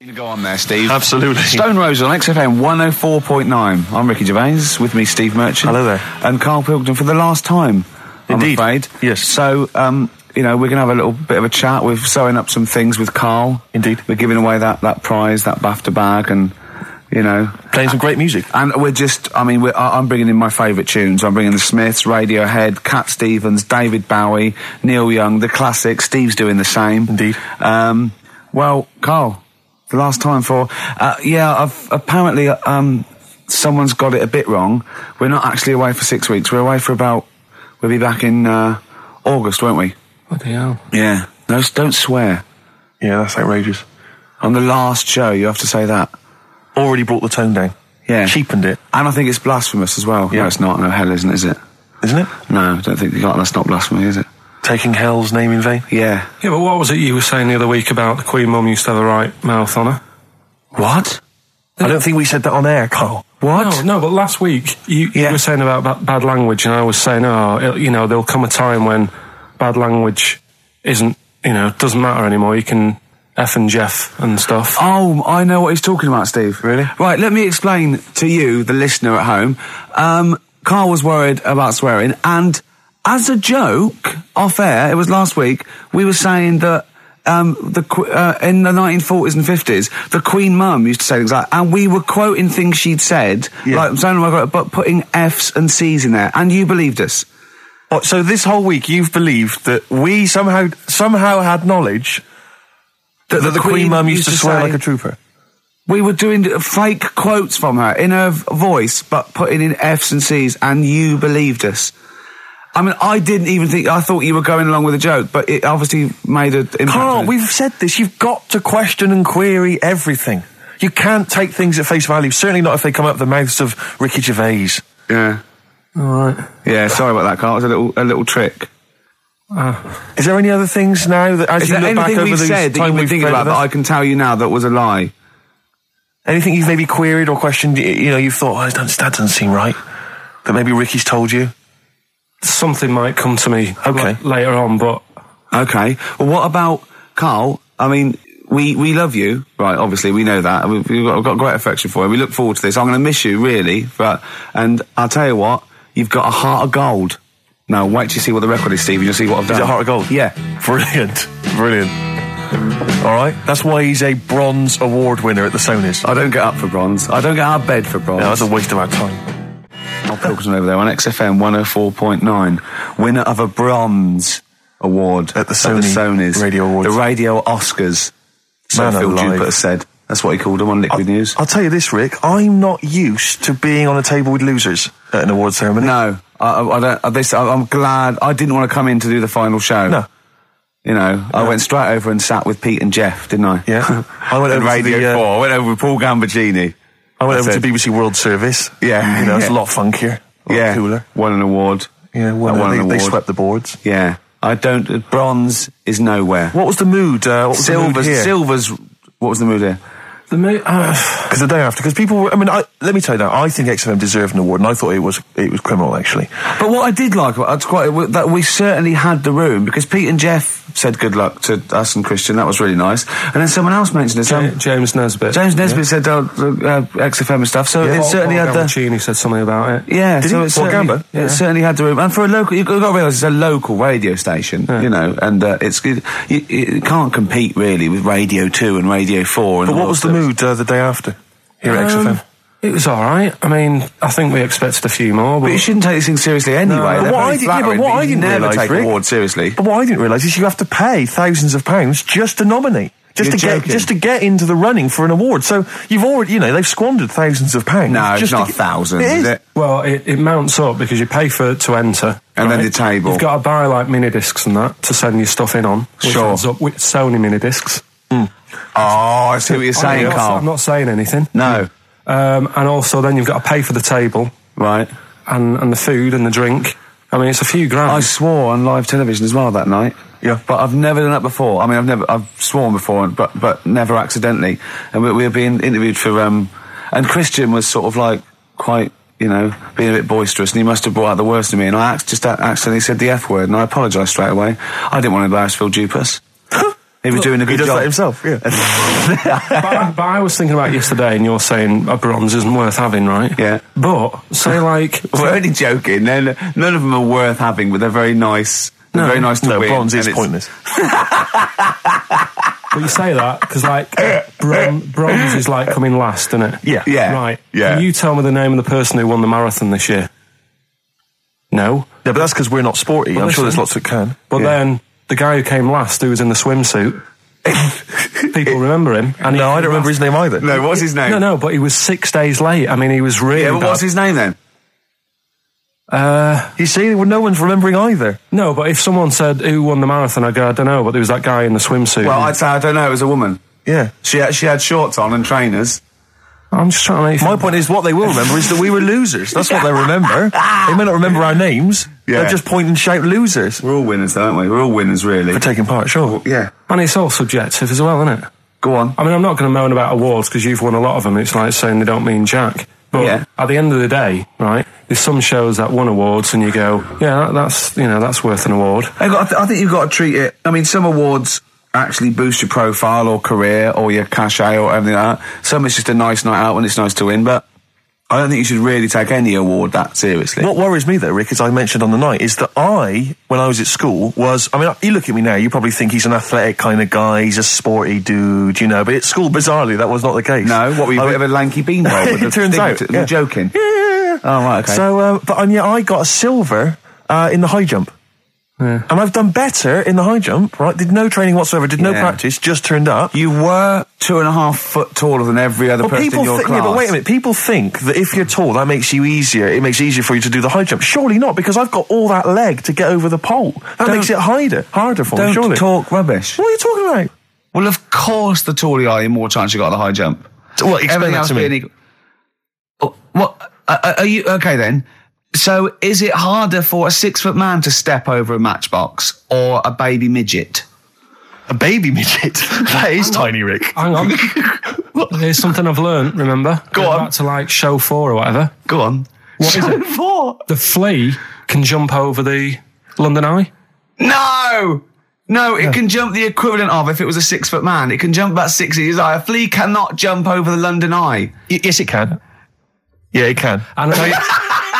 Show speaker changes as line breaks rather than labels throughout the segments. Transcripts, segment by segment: To go on there, Steve.
Absolutely.
Stone Rose on XFM 104.9. I'm Ricky Gervais, with me, Steve Merchant.
Hello there.
And Carl Pilkington for the last time,
Indeed.
I'm afraid.
Yes.
So, um, you know, we're going to have a little bit of a chat. We're sewing up some things with Carl.
Indeed.
We're giving away that, that prize, that BAFTA bag, and, you know.
Playing some great music.
And we're just, I mean, we're, I- I'm bringing in my favourite tunes. I'm bringing the Smiths, Radiohead, Cat Stevens, David Bowie, Neil Young, the classics. Steve's doing the same.
Indeed.
Um, well, Carl, the last time for, uh, yeah, I've, apparently um, someone's got it a bit wrong. We're not actually away for six weeks. We're away for about, we'll be back in uh, August, won't we?
What the hell?
Yeah. No, s- don't swear.
Yeah, that's outrageous.
On the last show, you have to say that.
Already brought the tone down.
Yeah.
Cheapened it,
And I think it's blasphemous as well. No,
Yeah.
it's not. No, hell isn't, is it?
isn't it?
No, I don't think you got. That's not blasphemy, is it?
Taking hell's name in vain.
Yeah.
Yeah, but what was it you were saying the other week about the Queen Mum used to have the right mouth on her?
What? I don't think we said that on air, Carl.
What? No, no, but last week you,
Yeah.
you were saying about ba- bad language, and I was saying, oh, it, you know, there'll come a time when bad language isn't, you know, doesn't matter anymore. You can F and Jeff and stuff.
Oh, I know what he's talking about, Steve. Really? Right, let me explain to you, the listener at home. Um, Carl was worried about swearing, and as a joke, off air, it was last week, we were saying that. Um, the qu- uh, in the 1940s and 50s, the Queen Mum used to say things like, and we were quoting things she'd said,
Yeah.
like saying, "Oh my God," but putting Fs and Cs in there, and you believed us.
Oh, so this whole week you've believed that we somehow somehow had knowledge that, that the Queen, Mum used to swear
say-
like a trooper.
We were doing fake quotes from her in her v- voice, but putting in F's and C's, and you believed us. I mean, I didn't even think. I thought you were going along with a joke, but it obviously made an impact.
Carl, we've said this. You've got to question and query everything. You can't take things at face value. Certainly not if they come out of the mouths of Ricky Gervais.
yeah,
All right.
yeah. Sorry about that, Carl. It was a little, a little trick.
Is there any other things now that as
Is
you
there
look back
anything
over
we've
the
said that
time
you've been
we've
thinking
played
about
with
that
us?
I can tell you now that was a lie?
Anything you've maybe queried or questioned, y- you know, you've thought, oh, that doesn't that doesn't seem right. That maybe Ricky's told you.
Something might come to me
Okay.
la- later on, but
Okay. Well, what about Carl? I mean, we we love you, right? Obviously, we know that. We've, we've, got, we've got great affection for you. We look forward to this. I'm going to miss you, really. But and I'll tell you what, you've got a heart of gold. Now, wait till you see what the record is, Steve. and You'll see what I've done.
Is it Heart of Gold?
Yeah.
Brilliant. Brilliant. All right. That's why he's a bronze award winner at the Sonys.
I don't get up for bronze. I don't get out of bed for bronze.
No, that's a waste of our time.
I'll focus on over there on XFM 104.9. Winner of a bronze award
At the Sony
Sonys.
Radio Awards.
The Radio Oscars. So
Man
Phil
alive.
Jupiter said. That's what he called them on Liquid News.
I'll tell you this, Rick. I'm not used to being on a table with losers at an award ceremony.
No, I, I I don't. I, this, I, I'm glad I didn't want to come in to do the final show.
No.
You know, I went straight over and sat with Pete and Jeff, didn't I?
Yeah. I went
And
over to the,
Radio
uh,
Four. I went over with Paul Gambaccini.
I went
That's
over to
it.
BBC World Service.
Yeah,
You know, it's
yeah.
a lot funkier. A lot
yeah,
Oh, cooler.
Won an award.
Yeah, well,
I won
they,
an award.
they swept the boards.
Yeah, I don't. uh, Bronze is nowhere.
What was the mood? Uh, what was the mood
Silver's.
here?
Silver's. What was the mood here?
the mo- uh,
Because the day after, because people, were, I mean, I, let me tell you that I think XFM deserved an award, and I thought it was it was criminal actually.
But what I did like, about- that's quite that we certainly had the room because Pete and Jeff said good luck to us and Christian. That was really nice. And then someone else mentioned it. some-
Ja- James Nesbitt.
James Nesbitt said uh, uh, XFM and stuff, so
Yeah.
it
Paul-
certainly
Paul
had the.
Gambaccini said something about it.
Yeah,
Did
so
he?
it,
Paul
certainly,
Gamba?
it
Yeah.
certainly had the room, and for a local, you've got to realise it's a local radio station, you know, and uh, it's it, it, it can't compete really with Radio Two and Radio Four. And
But
all
what was the
that.
mood uh, the day after here at
Um,
XFM?
It was all right. I mean, I think we expected a few more,
But you shouldn't take these things seriously anyway.
But
They're
what
very
I did- yeah, but
flattering,
what I
you
didn't
never
realise,
take
Rick-
awards seriously.
But what I didn't realise is you have to pay thousands of pounds just to nominate, just
You're
to get
joking.
just to get into the running for an award. So you've already, you know, they've squandered thousands of pounds.
No, it's
just
not
to
a
get-
thousand,
It
is
is.
it?
Well, it, it mounts up because you pay for to enter,
And then the table.
You've got to buy like mini discs and that to send your stuff in on. Which
Sure.
ends up with Sony mini discs.
Oh, I see what you're saying,
I'm not, I'm
Carl.
not saying anything.
No,
Um, and also, then you've got to pay for the table
right.
and, and the food and the drink. I mean, it's a few grand.
I swore on live television as well that night.
Yeah.
but I've never done that before. I mean, I've never I've sworn before, but but never accidentally. And we, we were being interviewed for um, and Christian was sort of like quite you know being a bit boisterous, and he must have brought out the worst in me. And I ac- just ac- accidentally said the f word, and I apologised straight away. I didn't want to embarrass Phil Dupas. He was doing a good
he does
job
that himself, yeah.
but, I, but I was thinking about yesterday, and you're saying a bronze isn't worth having, right?
Yeah.
But say like
We're only joking. Then none of them are worth having, but they're very nice. They're
No,
very nice to
Mm. No,
win.
bronze
and
is
it's-
pointless.
But you say that because, like, bron- bronze is like coming last, isn't it?
Yeah.
Yeah.
Right.
Yeah.
Can you tell me the name of the person who won the marathon this year? No.
Yeah, but that's because we're not sporty. I'm sure there's
listen.
lots that can.
But
yeah.
then the guy who came last, who was in the swimsuit, people remember him. And he
no, I
came
don't remember
last.
his name either.
No, what's his name?
No, no, but he was six days late. I mean, he was really.
Yeah, but
bad.
what's his name then?
You see, well, no one's remembering either.
No, but if someone said who won the marathon, I go, I don't know. But there was that guy in the swimsuit.
Well, I'd say I don't know. It was a woman.
Yeah.
She had, she had shorts on and trainers.
I'm just trying to make.
My point is, what they will remember is that we were losers. That's what they remember. They may not remember our names.
Yeah.
They'll just point and shout losers
We're all winners, aren't we? We're all winners, really.
for taking part. Sure.
Yeah.
and it's all subjective as well, isn't it?
Go on.
I mean, I'm not going to moan about awards because you've won a lot of them. It's like saying they don't mean jack. But
Yeah.
at the end of the day, right? There's some shows that won awards, and you go, yeah, that, that's you know that's worth an award.
I, got, I, th- I think you've got to treat it. I mean, some awards actually boost your profile or career or your cachet or everything like that. Some it's just a nice night out and it's nice to win, but I don't think you should really take any award that seriously.
What worries me though, Rick, as I mentioned on the night, is that I, when I was at school, was I mean, you look at me now, you probably think he's an athletic kind of guy, he's a sporty dude, you know. But at school, bizarrely, that was not the case.
No, what were you, a
I-
bit of a lanky beanball with the
it turns
thing
out.
to-
yeah.
You're joking.
Yeah. Oh,
Oh, right, okay.
So, um, but and yet I got a silver uh, in the high jump. And I've done better in the high jump, right? Did no training whatsoever, did no
Yeah.
practice, just turned up.
You were two and a half foot taller than every other
But
person
people
in your
think,
class.
yeah, but wait a minute. People think that if you're tall, that makes you easier. It makes it easier for you to do the high jump. Surely not, because I've got all that leg to get over the pole. That
Don't-
makes it harder, harder for me.
Don't
Surely.
talk rubbish.
What are you talking about?
Well, of course, the taller you are, the more chance you got at the high jump.
So what, explain
Everything
that
else
to me.
being equal. Oh, What are, are you okay then? So, is it harder for a six foot man to step over a matchbox or a baby midget?
A baby midget. that is tiny, Rick.
Hang on, there's something I've learned. Remember,
Go
Going
on.
back to like show four or whatever.
Go on. What
is it?
for?
The flea can jump over the London Eye.
No, no, it can jump the equivalent of if it was a six foot man. It can jump about six inches high. A flea cannot jump over the London Eye.
Y- yes, it can. Yeah, it can.
And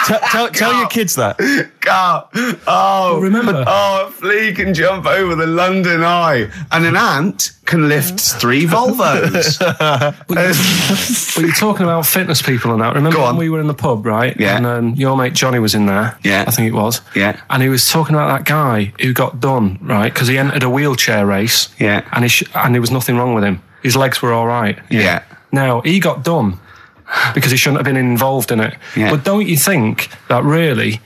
Tell, tell, tell your kids that.
God. Oh,
remember-
Oh, a flea can jump over the London Eye, and an ant can lift three Volvos.
but you're talking about fitness people and that. Remember
Go on.
when we were in the pub, right?
Yeah.
And um, your mate Johnny was in there.
Yeah.
I think it was.
Yeah.
And he was talking about that guy who got done, right? Because he entered a wheelchair race.
Yeah.
And, he sh- and there was nothing wrong with him. His legs were all right.
Yeah.
Now, he got done because he shouldn't have been involved in it.
Yeah.
But don't you think that really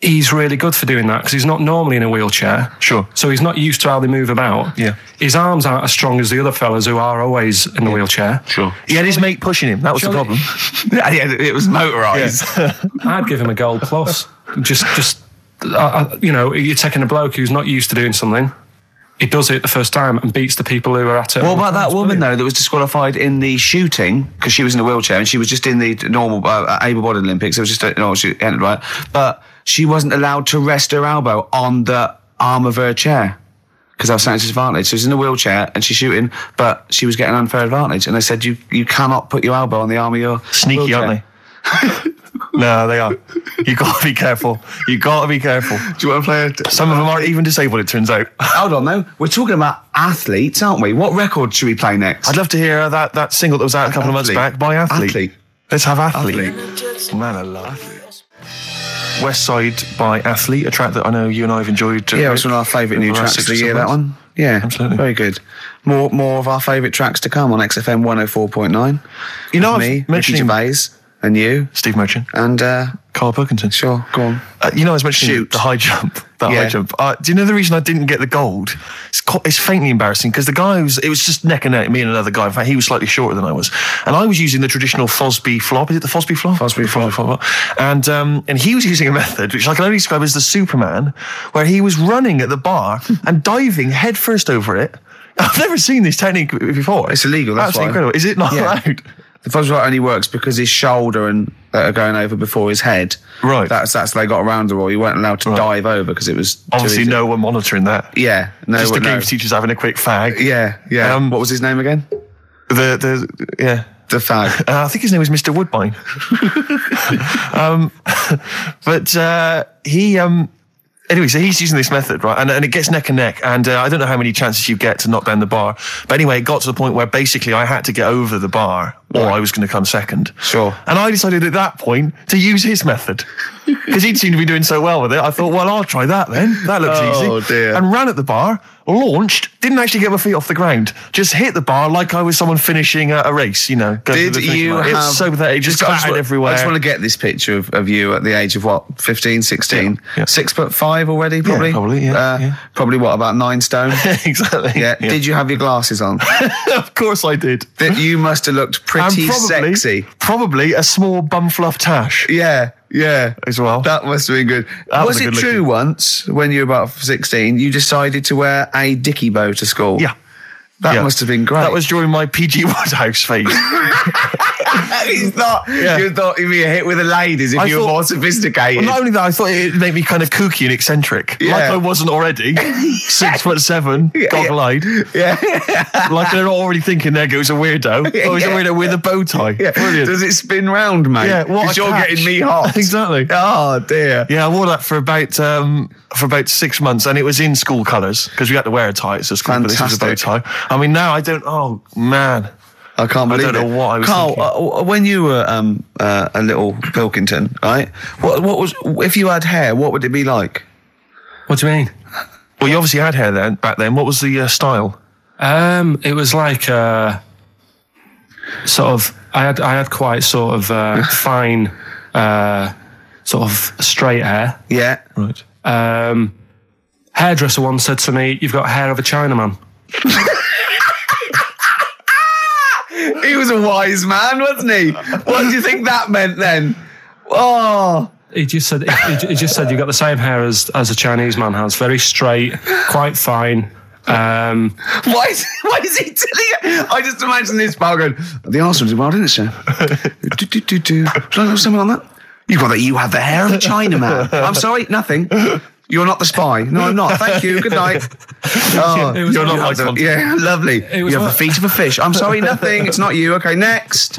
he's really good for doing that because he's not normally in a wheelchair?
Sure.
So he's not used to how they move about.
Yeah.
His arms aren't as strong as the other fellas who are always in the wheelchair.
Sure.
He had his mate pushing him. That was the
Surely-
problem.
yeah, yeah, it was motorised.
I'd give him a gold plus. Just, just, uh, uh, you know, you're taking a bloke who's not used to doing something. He does it the first time and beats the people who are at it.
What about that woman though that was disqualified in the shooting because she was in a wheelchair and she was just in the normal uh, able-bodied Olympics? It was just a, no, she entered right, but she wasn't allowed to rest her elbow on the arm of her chair because I was saying disadvantage. So she's in a wheelchair and she's shooting, but she was getting unfair advantage, and they said you you cannot put your elbow on the arm of your
Sneaky,
wheelchair.
aren't they? no, they are. You got to be careful. You got to be careful.
Do you want to play? A t-
Some of them aren't even disabled. It turns out.
Hold on though, we're talking about athletes, aren't we? What record should we play next?
I'd love to hear uh, that that single that was out a couple of months
Athlete.
back by athlete.
Athlete.
Let's have athlete.
Just
Man alive. West Side by Athlete, a track that I know you and I have enjoyed. uh,
Yeah, it's one of our favourite new
over the last
tracks of
six
the
or
year.
seven
That
months.
one, yeah,
Absolutely.
very good. More, more of our favourite tracks to come on XFM one hundred four point nine.
You know, I was
me, Ricky
mentioning
Gervais, and you,
Steve Merchant,
and uh,
Carl Perkinson.
sure, go on.
Uh, you know, I was mentioning
Shoot.
the high jump. That
Yeah.
high jump. Uh, do you know the reason I didn't get the gold? It's, co- it's faintly embarrassing because the guy was, it was just neck and neck, me and another guy. In fact, he was slightly shorter than I was. And I was using the traditional Fosby flop. Is it the Fosby flop?
Fosby
The
flop.
And, um, and he was using a method, which I can only describe as the Superman, where he was running at the bar and diving headfirst over it. I've never seen this technique before.
It's illegal, that's
Absolutely
why.
incredible. Is it not
Yeah.
allowed?
The Fuzz Right only works because his shoulder and that are going over before his head.
Right.
That's that's they got around the rule. You weren't allowed to
Right.
dive over because it was too
Obviously,
easy.
no one monitoring that.
Yeah. No.
Just the
one- no.
games teacher's having a quick fag.
Yeah. Yeah.
Um,
what was his name again?
The the yeah.
The fag.
Uh, I think his name was Mr. Woodbine. um, but uh, he, um, anyway, so he's using this method, right? And, and it gets neck and neck. And uh, I don't know how many chances you get to knock down the bar. But anyway, it got to the point where basically I had to get over the bar or I was going to come second.
Sure.
And I decided at that point to use his method because he'd seemed to be doing so well with it. I thought, well, I'll try that then. That looks easy.
Oh, dear.
And ran at the bar, launched, didn't actually get my feet off the ground, just hit the bar like I was someone finishing a, a race, you know. go to
Did
the finish
you
line.
have
It's so pathetic, just
I
clattered
wa-
everywhere.
I just want to get this picture of, of you at the age of what, 15, 16?
Yeah, yeah.
Six foot five already, probably?
probably, yeah,
Uh,
yeah.
Probably what, about nine stone?
exactly.
yeah. Did you have your glasses on?
of course I did.
that you must have looked
And
pretty
probably,
sexy.
probably a small bum fluff tash
Yeah, yeah.
as well.
That must have been good.
That
was
was a
it
good
true
looking-
once when you were about 16, you decided to wear a dicky bow to school?
yeah.
That
yeah.
must have been great.
That was during my PG Woodhouse phase.
He's not.
Yeah.
You thought you'd be a hit with the ladies if
I
you were
thought-
more sophisticated.
Well, not only that, I thought it made me kind of kooky and eccentric,
Yeah.
like I wasn't already. Six foot seven, goggle-eyed.
yeah.
Like they're already thinking, there goes a weirdo. Oh, he's
Yeah.
a weirdo with a bow tie.
yeah.
Brilliant.
Does it spin round, mate?
Yeah, what a
'Cause you're
catch.
getting me hot.
Exactly.
Oh, dear.
Yeah, I wore that for about um, for about six months, and it was in school colours because we had to wear a tie. It's a school, but this was a bow tie.
Fantastic.
I mean, now I don't. Oh man,
I can't
I
believe
don't
it.
know what I was
Carl,
thinking.
uh, w- when you were um, uh, a little Pilkington, right? What, what was if you had hair? What would it be like?
What do you mean?
well, you obviously had hair then back then. What was the uh, style?
Um, it was like uh, sort of. I had I had quite sort of uh, fine, uh, sort of straight hair.
Yeah.
Right.
Um, hairdresser once said to me, "You've got hair of a Chinaman."
He was a wise man, wasn't he? What do you think that meant then? Oh,
He just said, he, he- he just said, you've got the same hair as as a Chinese man has. Very straight, quite fine. Um,
why is, why is he telling you? I just imagine this pal going, the Arsenal did well, didn't it, sir? do, do, do, do. Should I have something on that? You got that. You have the hair of a Chinaman. I'm sorry, nothing. You're not the spy. No, I'm not. Thank you. Good night. Oh,
It was-
You're not
it
my
was-
contact.
Yeah, lovely.
was
you have
what-
the feet of a fish. I'm sorry, nothing. It's not you. Okay, next.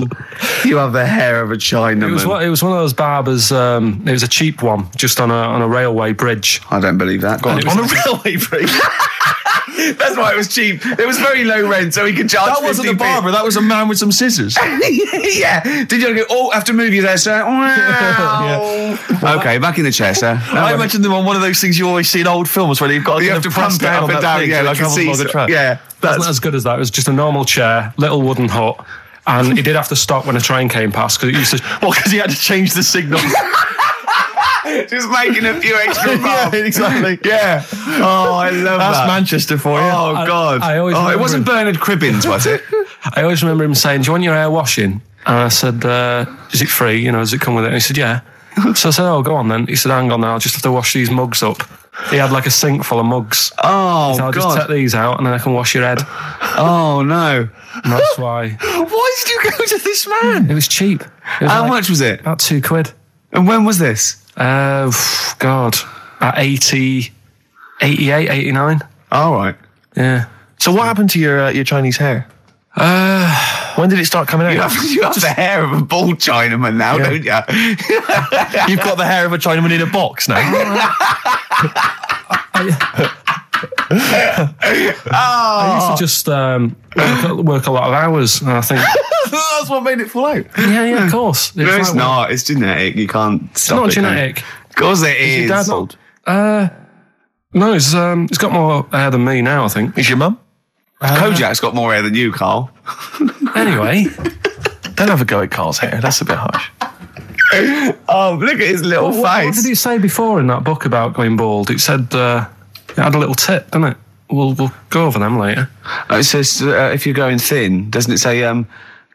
You have the hair of a Chinaman.
It was one, it was one of those barbers. Um, it was a cheap one, just on a on a railway bridge.
I don't believe that. Go on.
Oh, it
On a railway bridge.
That's why it was cheap. It was very low rent, so he could charge.
that wasn't a
50p.
barber. That was a man with some scissors.
yeah. Did you go? Oh, after move you there, sir. Wow. Okay, back in the chair, sir. No,
I imagine them on one of those things you always see in old films where they've got
You
kind
have
of
to pump
press
it up
on
and
that
down,
thing
yeah,
so it
like a
travels along
seesaw.
track.
Yeah.
That's not as good as that. It was just a normal chair, little wooden hut, and he did have to stop when a train came past because it used to.
Well, because he had to change the signal.
just making a few extra
yeah,
bucks.
exactly.
Yeah. Oh, I love
That's
that.
Manchester for you.
Oh
I-
God.
I always
oh, it
remember
wasn't Bernard Cribbins, was it?
I always remember him saying, "Do you want your hair washing?" And I said, uh, "Is it free? You know, does it come with it?" And he said, "Yeah." So I said, "Oh, go on then." He said, "Hang on, now, I'll just have to wash these mugs up." He had like a sink full of mugs.
Oh
so I'll just take
God.
these out and then I can wash your head.
Oh no.
And that's why
Why did you go to this man?
it was cheap. It was
How
like
much was it?
About two quid.
And when was this?
Uh, phew, God, about 80, 88, 89.
All right.
Yeah.
So what happened to your uh, your Chinese hair?
Uh,
When did it start coming out?
You have, you have the hair of a bald Chinaman now, don't you?
You've got the hair of a Chinaman in a box now.
I used to just um, work, work a lot of hours. And I think,
That's what made it fall out.
yeah, yeah, of course. It's
No,
like-
it's not. It's genetic. You can't
It's
stop
not
it. can you?
genetic.
Of course it is.
Your dad not? Uh, no, it's um, it's got more hair than me now. I think.
Is your mum?
Uh, Kojak's got more hair than you, Carl.
Anyway,
Don't have a go at Carl's hair. That's a bit harsh.
Oh, look at his little
what, what did it say before in that book about going bald? It said uh, it had a little tip, didn't it? We'll we'll go over them later.
it says uh, if you're going thin, doesn't it say um,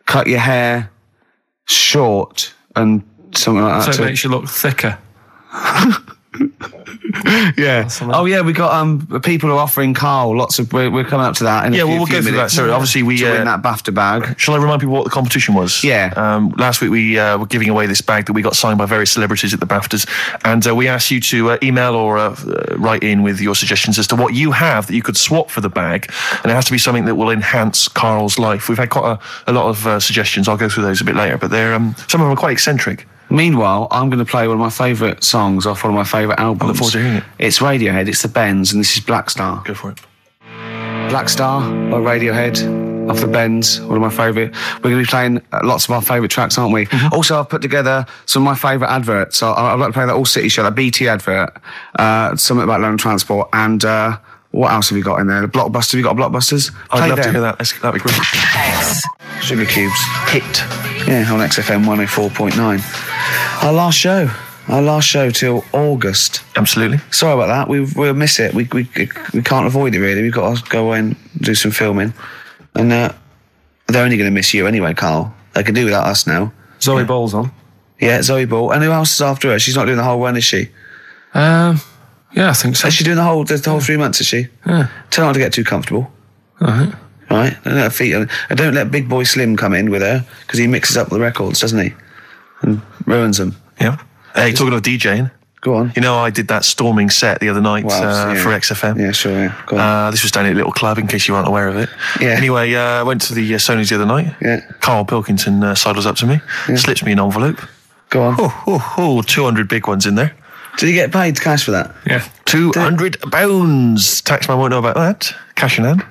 cut your hair short and something like
So
that?
it
too?
makes you look thicker.
yeah.
Oh yeah, we got um people are offering Carl lots of. We're, we're coming up to that. In
Yeah,
a few,
well, we'll
few
go through
minutes.
that. So obviously we,
to win
uh,
that BAFTA bag.
Shall I remind people what the competition was?
Yeah.
Um, last week we uh, were giving away this bag that we got signed by various celebrities at the BAFTAs, and uh, we asked you to uh, email or uh, uh, write in with your suggestions as to what you have that you could swap for the bag, and it has to be something that will enhance Carl's life. We've had quite a, a lot of uh, suggestions. I'll go through those a bit later, but they're um, some of them are quite eccentric.
Meanwhile, I'm going to play one of my favourite songs off one of my favourite albums.
forward to hearing it.
It's Radiohead. It's the Bends, and this is Black Star.
Go for it.
Black Star by Radiohead off the Bends, one of my favourite. We're going to be playing uh, lots of our favourite tracks, aren't we?
Mm-hmm.
Also, I've put together some of my favourite adverts. So I- I'd like to play that All City Show, that BT advert, uh, something about land transport, and uh, what else have you got in there? The Blockbuster, have you got Blockbusters?
I'd
Play
love to
them.
hear that. That's- That'd be great.
Sugar Cubes. Hit. Yeah, on XFM 104.9. Our last show. Our last show till August.
Absolutely.
Sorry about that. We, we'll miss it. We, we, we can't avoid it, really. We've got to go away and do some filming. And uh, they're only going to miss you anyway, Carl. They can do without us now.
Zoe Ball's on.
Yeah, Zoe Ball. And who else is after her? She's not doing the whole run, is she?
Um, yeah, I think so.
Is she doing the whole the whole three months? Is she?
Yeah.
Tell her not to get too comfortable.
All right.
Right? Don't let her feet. And don't let Big Boy Slim come in with her because he mixes up the records, doesn't he? And ruins them.
Yeah. Hey, talking of DJing,
Go on.
you know I did that storming set the other night
Wow,
uh,
yeah.
for XFM.
Yeah, sure. Yeah. Go on.
Uh, this was down at a little club, in case you aren't aware of it.
Yeah.
Anyway, uh, I went to the uh, Sony's the other night.
Yeah.
Carl Pilkington uh, sidles up to me, slips me an envelope.
Go on.
Oh, oh, oh, 200 big ones in there.
Did he get paid cash for that?
Yeah.
200 pounds. Taxman won't know about that. Cash in hand.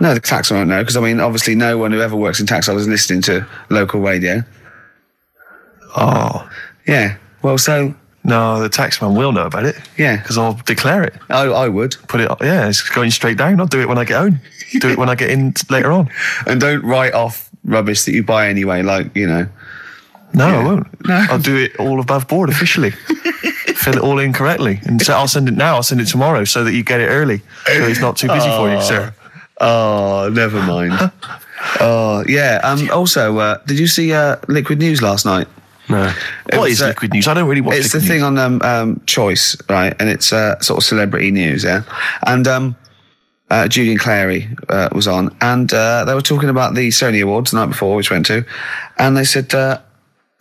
No, the tax won't know because I mean, obviously, no one who ever works in tax is listening to local radio.
Oh,
Yeah. Well, so
no, the taxman will know about it.
Yeah.
Because I'll declare it.
I, I would,
Put it, yeah, it's going straight down. I'll do it when I get home. do it when I get in later on.
and don't write off rubbish that you buy anyway. Like you know,
No, I won't. I'll do it all above board officially. Fill it all in correctly. And so I'll send it now. I'll send it tomorrow so that you get it early. So it's not too busy for you, sir.
oh, never mind. oh yeah. Um. Also, uh, did you see uh, Liquid News last night?
No.
It
What
was,
is
uh,
liquid news? I don't really watch
It's the
liquid
thing on
news.
um, um, Choice, right? And it's uh, sort of celebrity news, yeah. And um, uh, Judy and Clary uh, was on, and uh, they were talking about the Sony Awards the night before, which went to, and they said uh,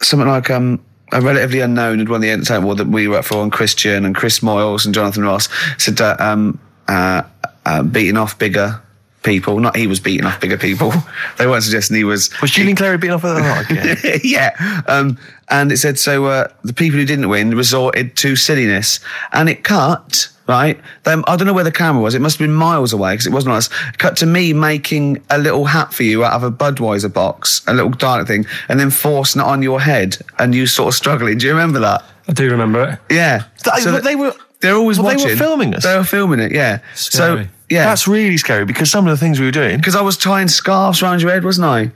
something like um, a relatively unknown had won the entertainment award that we were up for, and Christian and Chris Moyles and Jonathan Ross said uh, um, uh, uh, beating off bigger people. Not he was beating off bigger people. they weren't suggesting he was
Was Julian Clary beating off at that? Yeah.
yeah. Um, and it said so uh, the people who didn't win resorted to silliness, and it cut right. Them I don't know where the camera was. It must have been miles away because it wasn't us. It cut to me making a little hat for you out of a Budweiser box, a little dark thing, and then forcing it on your head, and you sort of struggling. Do you remember that?
I do remember it.
Yeah.
Th- but
that-
they were-
They're always
well, they were
watching.
filming us.
They were filming it. Yeah. So
Scary.
yeah.
That's really scary because some of the things we were doing,
because I was tying scarves around your head, wasn't I?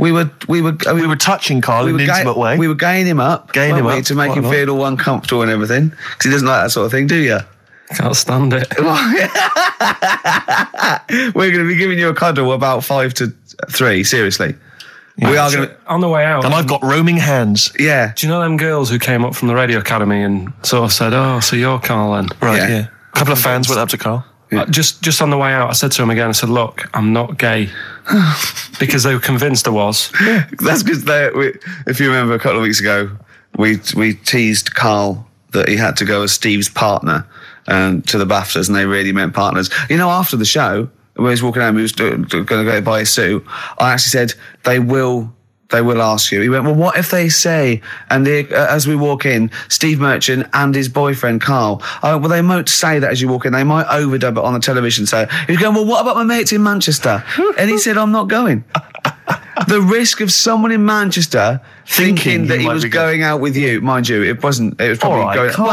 We were, we were,
we were touching Carl in an
ga-
intimate way.
we were gaining him up, weren't
Gaining him
we,
up,
to make
quite
him
a lot.
feel all uncomfortable and everything, because he doesn't like that sort of thing, do you?
Can't stand it.
We're going to be giving you a cuddle about five to three. Seriously, we are going to.
On the way out.
and I've got roaming hands.
Yeah,
do you know them girls who came up from the radio academy and sort of said, "Oh, so you're Carl then?"
Right,
Yeah.
yeah. A couple of fans went up to Carl.
Uh, just just on the way out, I said to him again, I said, Look, I'm not gay. because they were convinced I was.
that's because if you remember a couple of weeks ago, we we teased Carl that he had to go as Steve's partner um, to the Baftas, and they really meant partners. You know, after the show, when he was walking home, he was going to go buy a suit. I actually said they will. They will ask you. He went, Well, what if they say, and they, uh, as we walk in, Steve Merchant and his boyfriend Carl, oh, well, they might say that as you walk in. They might overdub it on the television. So he's going, Well, what about my mates in Manchester? And he said, I'm not going the risk of someone in Manchester thinking,
Thinking he
that he
might
was
be going-
going out with you, mind you, it wasn't. It was probably
All right,
going.
calm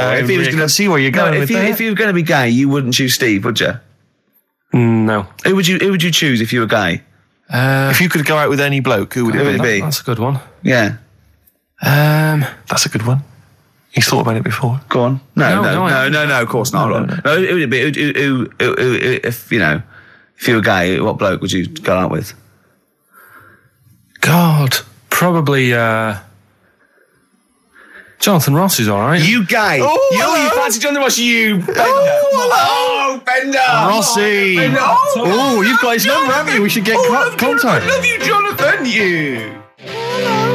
down,
if he was
Rick.
going
I
to
see where you're going
if
with
you,
that.
If you were going to be gay, you wouldn't choose Steve, would you?
Mm, No.
Who would you? Who would you choose if you were gay?
Uh,
If you could go out with any bloke, who would
Who
it
would
be?
it be?
that's a good one.
Yeah,
Um,
That's a good one. He's thought about it before.
go on. No,
No,
no, no,
no,
no,
I-
no, Of course not. No, who would it be? Who, who, who, who, who- if you know, if you were gay, what bloke would you go out with?
God. Probably uh, Jonathan Ross is all right.
You guy.
Oh,
you,
hello.
you fancy John the Ross, you Bender. Oh, Bender.
Rossi.
Bender.
Oh, you've got his number, haven't you? We should get
Oh, I
co-
love Jonathan.
contact.
I love you, Jonathan, you.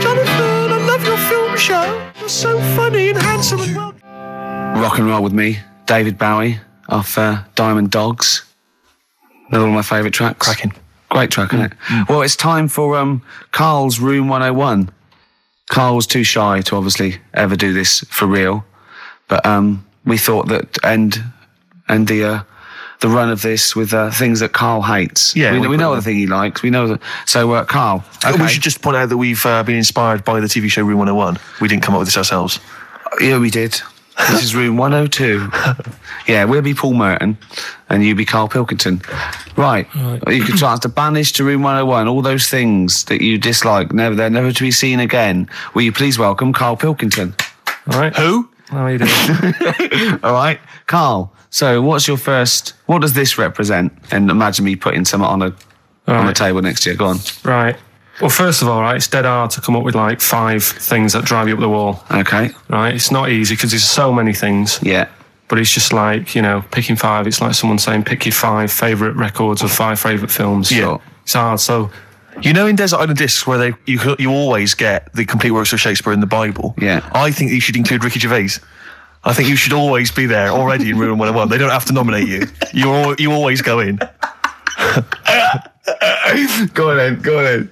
Jonathan, I love your film show. You're so funny and handsome and well.
Rock and roll with me, David Bowie off uh, Diamond Dogs. They're one of my favourite tracks.
Cracking. Mm,
Great track, isn't it? Well, it's time for um, Carl's Room 101. Carl was too shy to obviously ever do this for real, but um, we thought that end end the uh, the run of this with uh, things that Carl hates.
Yeah,
we,
we
we
put
know
them.
the thing he likes. We know that. So, uh, Carl, okay.
We should just point out that we've uh, been inspired by the TV show Room 101. We didn't come up with this ourselves.
Yeah, we did. This is room 102. yeah, we'll be Paul Merton and you be Carl Pilkington. Right. You could chance to banish to room 101 all those things that you dislike. Never, they're never to be seen again. Will you please welcome Carl Pilkington?
All right.
Who?
How are you doing?
All right. Carl, so what's your first, what does this represent? And imagine me putting some on a, on a
Right.
table next to you. Go on.
right. Well, first of all, right, it's dead hard to come up with like five things that drive you up the wall.
Okay.
Right. It's not easy because there's so many things.
Yeah.
but it's just like you know picking five it's like someone saying pick your five favorite records or five favorite films
Yeah.
it's hard so
You know, in Desert Island Discs, where they you c- you always get the complete works of Shakespeare in the Bible.
Yeah.
I think you should include Ricky Gervais. I think you should always be there already in Room 101. They don't have to nominate you. You al- you always go in.
Go on then. Go on then.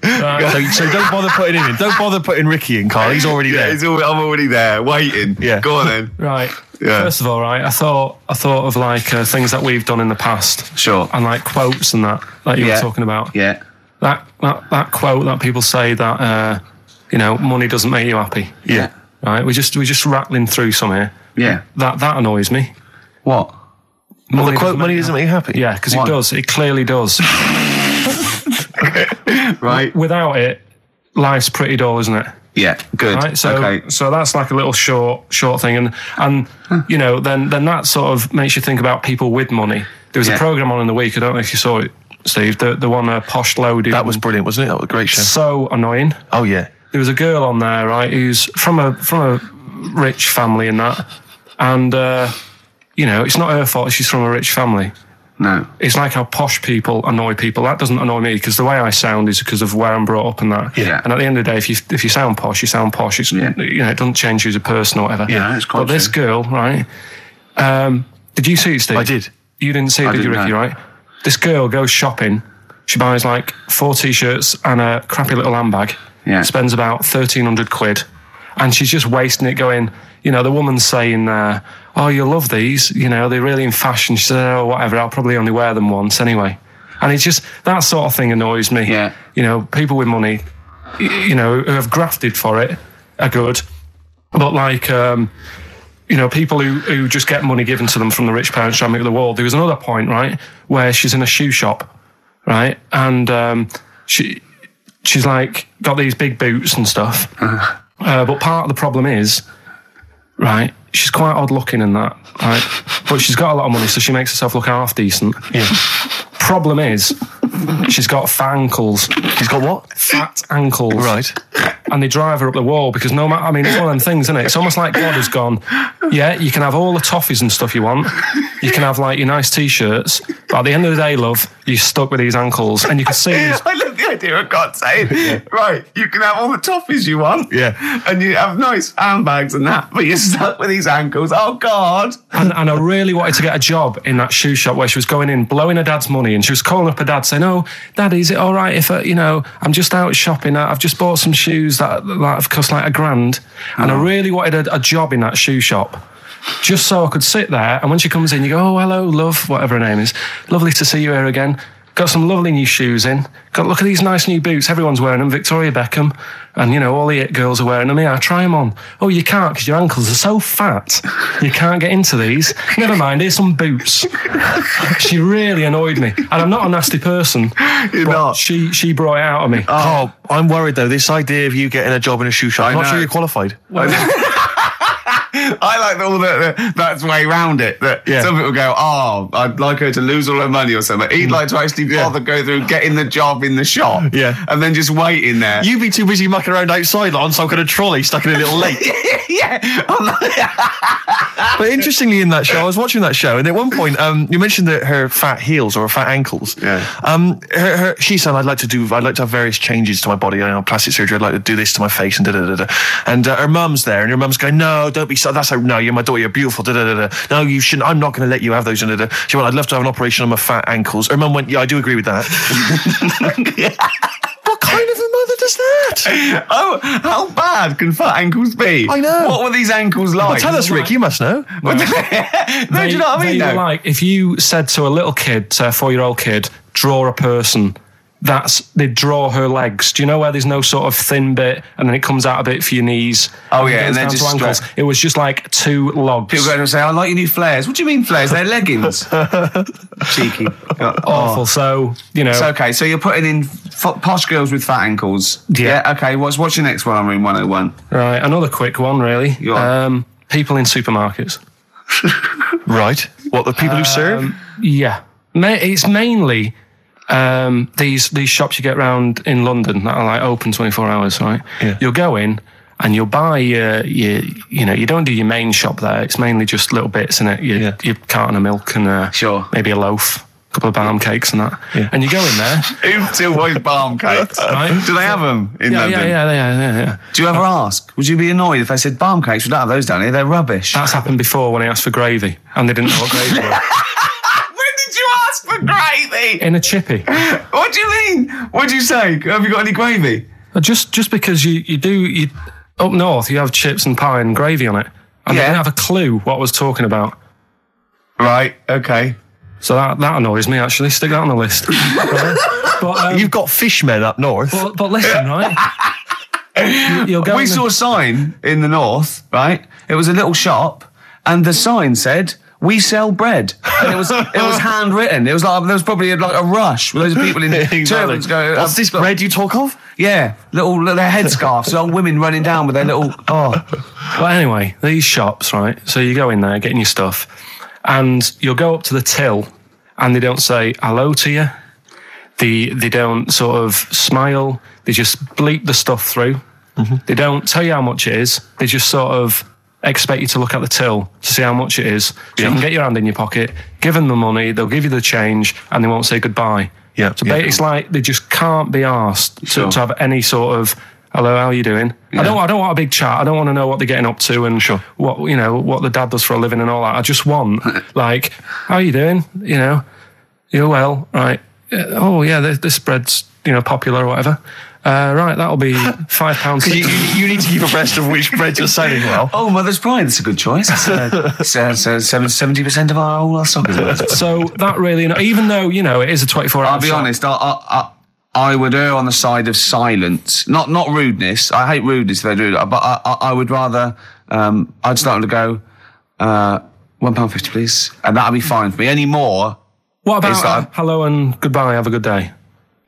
So, so don't bother putting him in. Don't bother putting Ricky in, Carl. He's already there.
I'm already there waiting.
Yeah. Go
on then.
right
Yeah.
first of all right i thought i thought of like uh, things that we've done in the past
Sure.
and like quotes and that that you
Yeah.
were talking about
Yeah.
that, that that quote that people say that uh, you know money doesn't make you happy
Yeah.
right we're just we're just rattling through some here
Yeah.
that that annoys me
What?
Well, the
doesn't
quote
make
money
you
doesn't make you happy.
yeah because it
Why?
does it clearly does
Right.
without it life's pretty dull isn't it
Yeah, good.
right so
okay.
so that's like a little short short thing and and you know then then that sort of makes you think about people with money there was
Yeah.
a program on in the week i don't know if you saw it steve the, the one uh, posh loaded
That was brilliant, wasn't it? That was a great show.
so annoying
Oh yeah.
there was a girl on there right who's from a from a rich family and that and uh you know, it's not her fault. She's from a rich family.
No.
It's like how posh people annoy people. That doesn't annoy me because the way I sound is because of where I'm brought up and that.
Yeah.
And at the end of the day, if you if you sound posh, you sound posh. It's
Yeah.
you know, it doesn't change you as a person or whatever.
Yeah, it's quite
But this girl, right? Um, did you see it, Steve?
I did.
You didn't see it, did you,
didn't
Ricky?
know.
Right. This girl goes shopping. She buys like four t-shirts and a crappy little handbag.
Yeah.
Spends about thirteen hundred quid, and she's just wasting it. Going, you know, the woman's saying, uh, "Oh, you love these. You know, they're really in fashion." She said, "Oh, whatever. I'll probably only wear them once anyway." And it's just that sort of thing annoys me.
Yeah.
You know, people with money, y- you know, who have grafted for it, are good, but like. Um, you know, people who, who just get money given to them from the rich parents trying to make the world. There was another point, right, where she's in a shoe shop, right, and um, she she's like got these big boots and stuff. Uh, but part of the problem is, right, she's quite odd looking in that, right, but she's got a lot of money, so she makes herself look half decent. Yeah. Problem is, she's got fat ankles,
He's got what?
fat ankles,
Right.
and they drive her up the wall because no matter, I mean, it's one of them things, isn't it? It's almost like God has gone, yeah, you can have all the toffees and stuff you want. You can have like your nice t shirts. But at the end of the day, love, you're stuck with these ankles. And you can see these.
I love the idea of God saying, right, you can have all the toffees you want.
Yeah.
And you have nice handbags and that, but you're stuck with these ankles. Oh, God.
And, and I really wanted to get a job in that shoe shop where she was going in, blowing her dad's money. And she was calling up her dad saying, Oh, daddy, is it all right if, I, you know, I'm just out shopping. I- I've just bought some shoes that, that have cost like a grand. And I really wanted a, a job in that shoe shop. just so I could sit there. And when she comes in, you go, "Oh, hello, love, whatever her name is. Lovely to see you here again. Got some lovely new shoes in. Got look at these nice new boots. Everyone's wearing them. Victoria Beckham, and you know all the it girls are wearing them. Yeah, try them on. Oh, you can't because your ankles are so fat. You can't get into these. Never mind. Here's some boots. she really annoyed me, and I'm not a nasty person.
You're
but
not.
She she brought it out of me.
Oh, I'm worried though. This idea of you getting a job in a shoe shop. I'm not
know.
sure you're qualified.
I like all the, the that's way round it. That
Yeah.
some people go, oh, I'd like her to lose all her money or something.
Mm.
He'd like to actually bother go through getting the job in the shop,
Yeah.
and then just wait in there.
You'd be too busy mucking around outside like, on some kind of trolley stuck in a little lake.
yeah, I'm like-
But interestingly, in that show, I was watching that show, and at one point, um, you mentioned that her fat heels or her fat ankles.
Yeah.
Um, her, her, she said, "I'd like to do. I'd like to have various changes to my body. You know, plastic surgery. I'd like to do this to my face and da da da da." And uh, her mum's there, and her mum's going, "No, don't be so. That's how, no. You're my daughter. You're beautiful. Da da da da. No, you shouldn't. I'm not going to let you have those." And da da. She went, "I'd love to have an operation on my fat ankles." Her mum went, "Yeah, I do agree with that." what kind of a mother does that?
oh, how bad can fat ankles be?
I know.
What were these ankles like?
Well, tell us, Rick. You must know.
no, do you know what I mean?
they
though?
were like if you said to a little kid, to a four-year-old kid, draw a person. That's they draw her legs. Do you know where there's no sort of thin bit, and then it comes out a bit for your knees?
Oh,
it
yeah,
goes
and they're
down to
just
ankles.
straight-
It was just like two logs.
People go and say, I like your new flares. What do you mean flares? They're leggings. Cheeky.
Awful. So you know,
"Oh." So, okay, so you're putting in f- posh girls with fat ankles.
Yeah.
okay, what's, what's your next one on Room 101?
right? Another quick one, really.
Go on.
Um, people in supermarkets.
Right. What the people who serve?
Yeah, Ma- it's mainly um, these these shops you get round in London that are like open twenty four hours, right?
Yeah.
You'll go in and you'll buy your, your you know you don't do your main shop there. It's mainly just little bits in it. Your,
Yeah.
your carton of milk and uh,
Sure.
maybe a loaf, a couple of balm cakes and that.
Yeah.
And you go in there,
Who still always balm cakes?
Right.
Do they have them in
yeah,
London?
yeah, yeah, yeah, yeah, yeah.
Do you ever
Uh,
ask? Would you be annoyed if I said balm cakes? We don't have those down here. They're rubbish.
That's happened before when I asked for gravy and they didn't know what gravy was
when did you ask for gravy?
in a chippy.
What do you mean? What do you say? Have you got any gravy?
Uh, Just just because you, you do you up north you have chips and pie and gravy on it. And
Yeah.
they didn't have a clue what I was talking about.
Right, okay.
So that, that annoys me actually. Stick that on the list. Right? but, um,
You've got fishmen up north.
but but listen, right? You- You'll go
we
in the-
saw a sign in the north, right? It was a little shop, and the sign said, "We sell bread." And it was it was handwritten. It was like there was probably like a rush with loads of people in turbans going. "Um,
What's this bread you talk of?
Yeah, little their headscarves, old women running down with their little. Oh,
But anyway, these shops, right? So you go in there, getting your stuff, and you'll go up to the till, and they don't say hello to you. They they don't sort of smile. They just bleep the stuff through.
Mm-hmm.
They don't tell you how much it is. They just sort of expect you to look at the till to see how much it is. So you can get your hand in your pocket, give them the money, they'll give you the change, and they won't say goodbye.
Yeah,
So
yeah.
ba- it's like they just can't be asked to,
Sure.
to have any sort of hello, how are you doing? I don't I don't want a big chat. I don't want to know what they're getting up to and
Sure.
what you know what the dad does for a living and all that. I just want like how are you doing? You know, you're well, right? Uh, Oh yeah, this, this bread's you know popular or whatever. Uh, right, that'll be five pounds.
You, you- you need to keep abreast of which breads are selling well.
oh, Mother's Pride. That's a good choice. uh, Seventy percent of our all our stock is Mother's Pride.
So that really, even though you know it is a twenty-four hour.
I'll be
shop,
honest. I, I, I, I would err on the side of silence, not not rudeness. I hate rudeness if they do that, but I, I, I would rather. Um, I'd start to go. Uh, one pound fifty, please, and that'll be fine for me. Any more,
What
It's
about
like-
uh, hello and goodbye? Have a good day.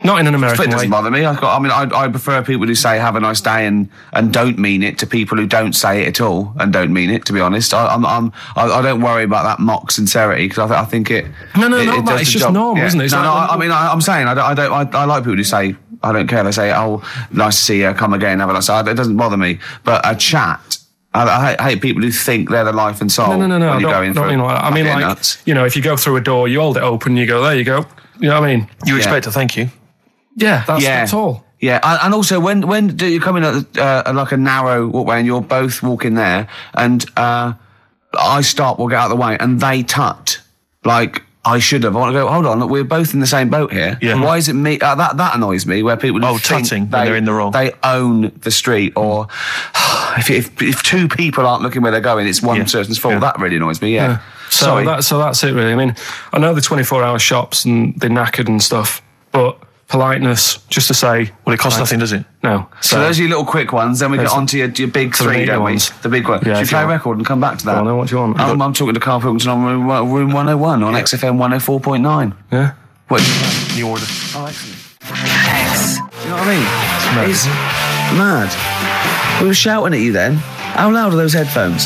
Not in an
but it
American way.
doesn't bother me. I, got, I mean, I, I prefer people who say "Have a nice day" and, and don't mean it to people who don't say it at all and don't mean it. To be honest, I, I'm, I'm I, I don't worry about that mock sincerity because I, th- I think it.
No, no,
it,
no,
it
mate,
does
it's
the
just
job.
normal,
Yeah.
isn't it? It's
no,
like-
no, I, I mean, I, I'm saying I don't, I don't, I, I like people who say I don't care. They say, "Oh, nice to see you. Come again. Have a nice." day. It doesn't bother me, but a chat. I, I hate, hate people who think they're the life and soul.
No, no, no, no.
when
I
you
don't,
go in
don't
for-
mean like that. I mean,
get
like,
nuts.
you know, if you go through a door, you hold it open, you go, there you go. You know what I mean?
You expect a thank you.
Yeah, that's,
Yeah.
that's all.
Yeah, and and also when when do you come in at the, uh, like a narrow walkway and you're both walking there, and uh, I stop, we'll get out of the way, and they tut like I should have. I want to go. Hold on, look, we're both in the same boat here.
Yeah.
Why is it me? Uh, that that annoys me. Where people
Oh,
just think
tutting when
they,
they're in the wrong.
They own the street, or if, if if two people aren't looking where they're going, it's one
Yeah,
person's fault.
yeah.
That really annoys me. Yeah.
So
Sorry.
That, so that's it, really. I mean, I know the 24 hour shops and they're knackered and stuff, but politeness, just to say,
Well, it costs nothing, does it?
no.
so those are your little quick ones. Then we get on to your, your big
the
three,
meaty
don't we?
ones.
The big one. Should
Yeah,
we
if
play
you
a
want.
record and come back to that?
I don't know what do you want.
I'm, I'm talking to Carl Pilkington on Room, room 101 on XFM 104.9.
yeah.
What, do
New order.
you know what I mean? It's mad. We were shouting at you then. How loud are those headphones?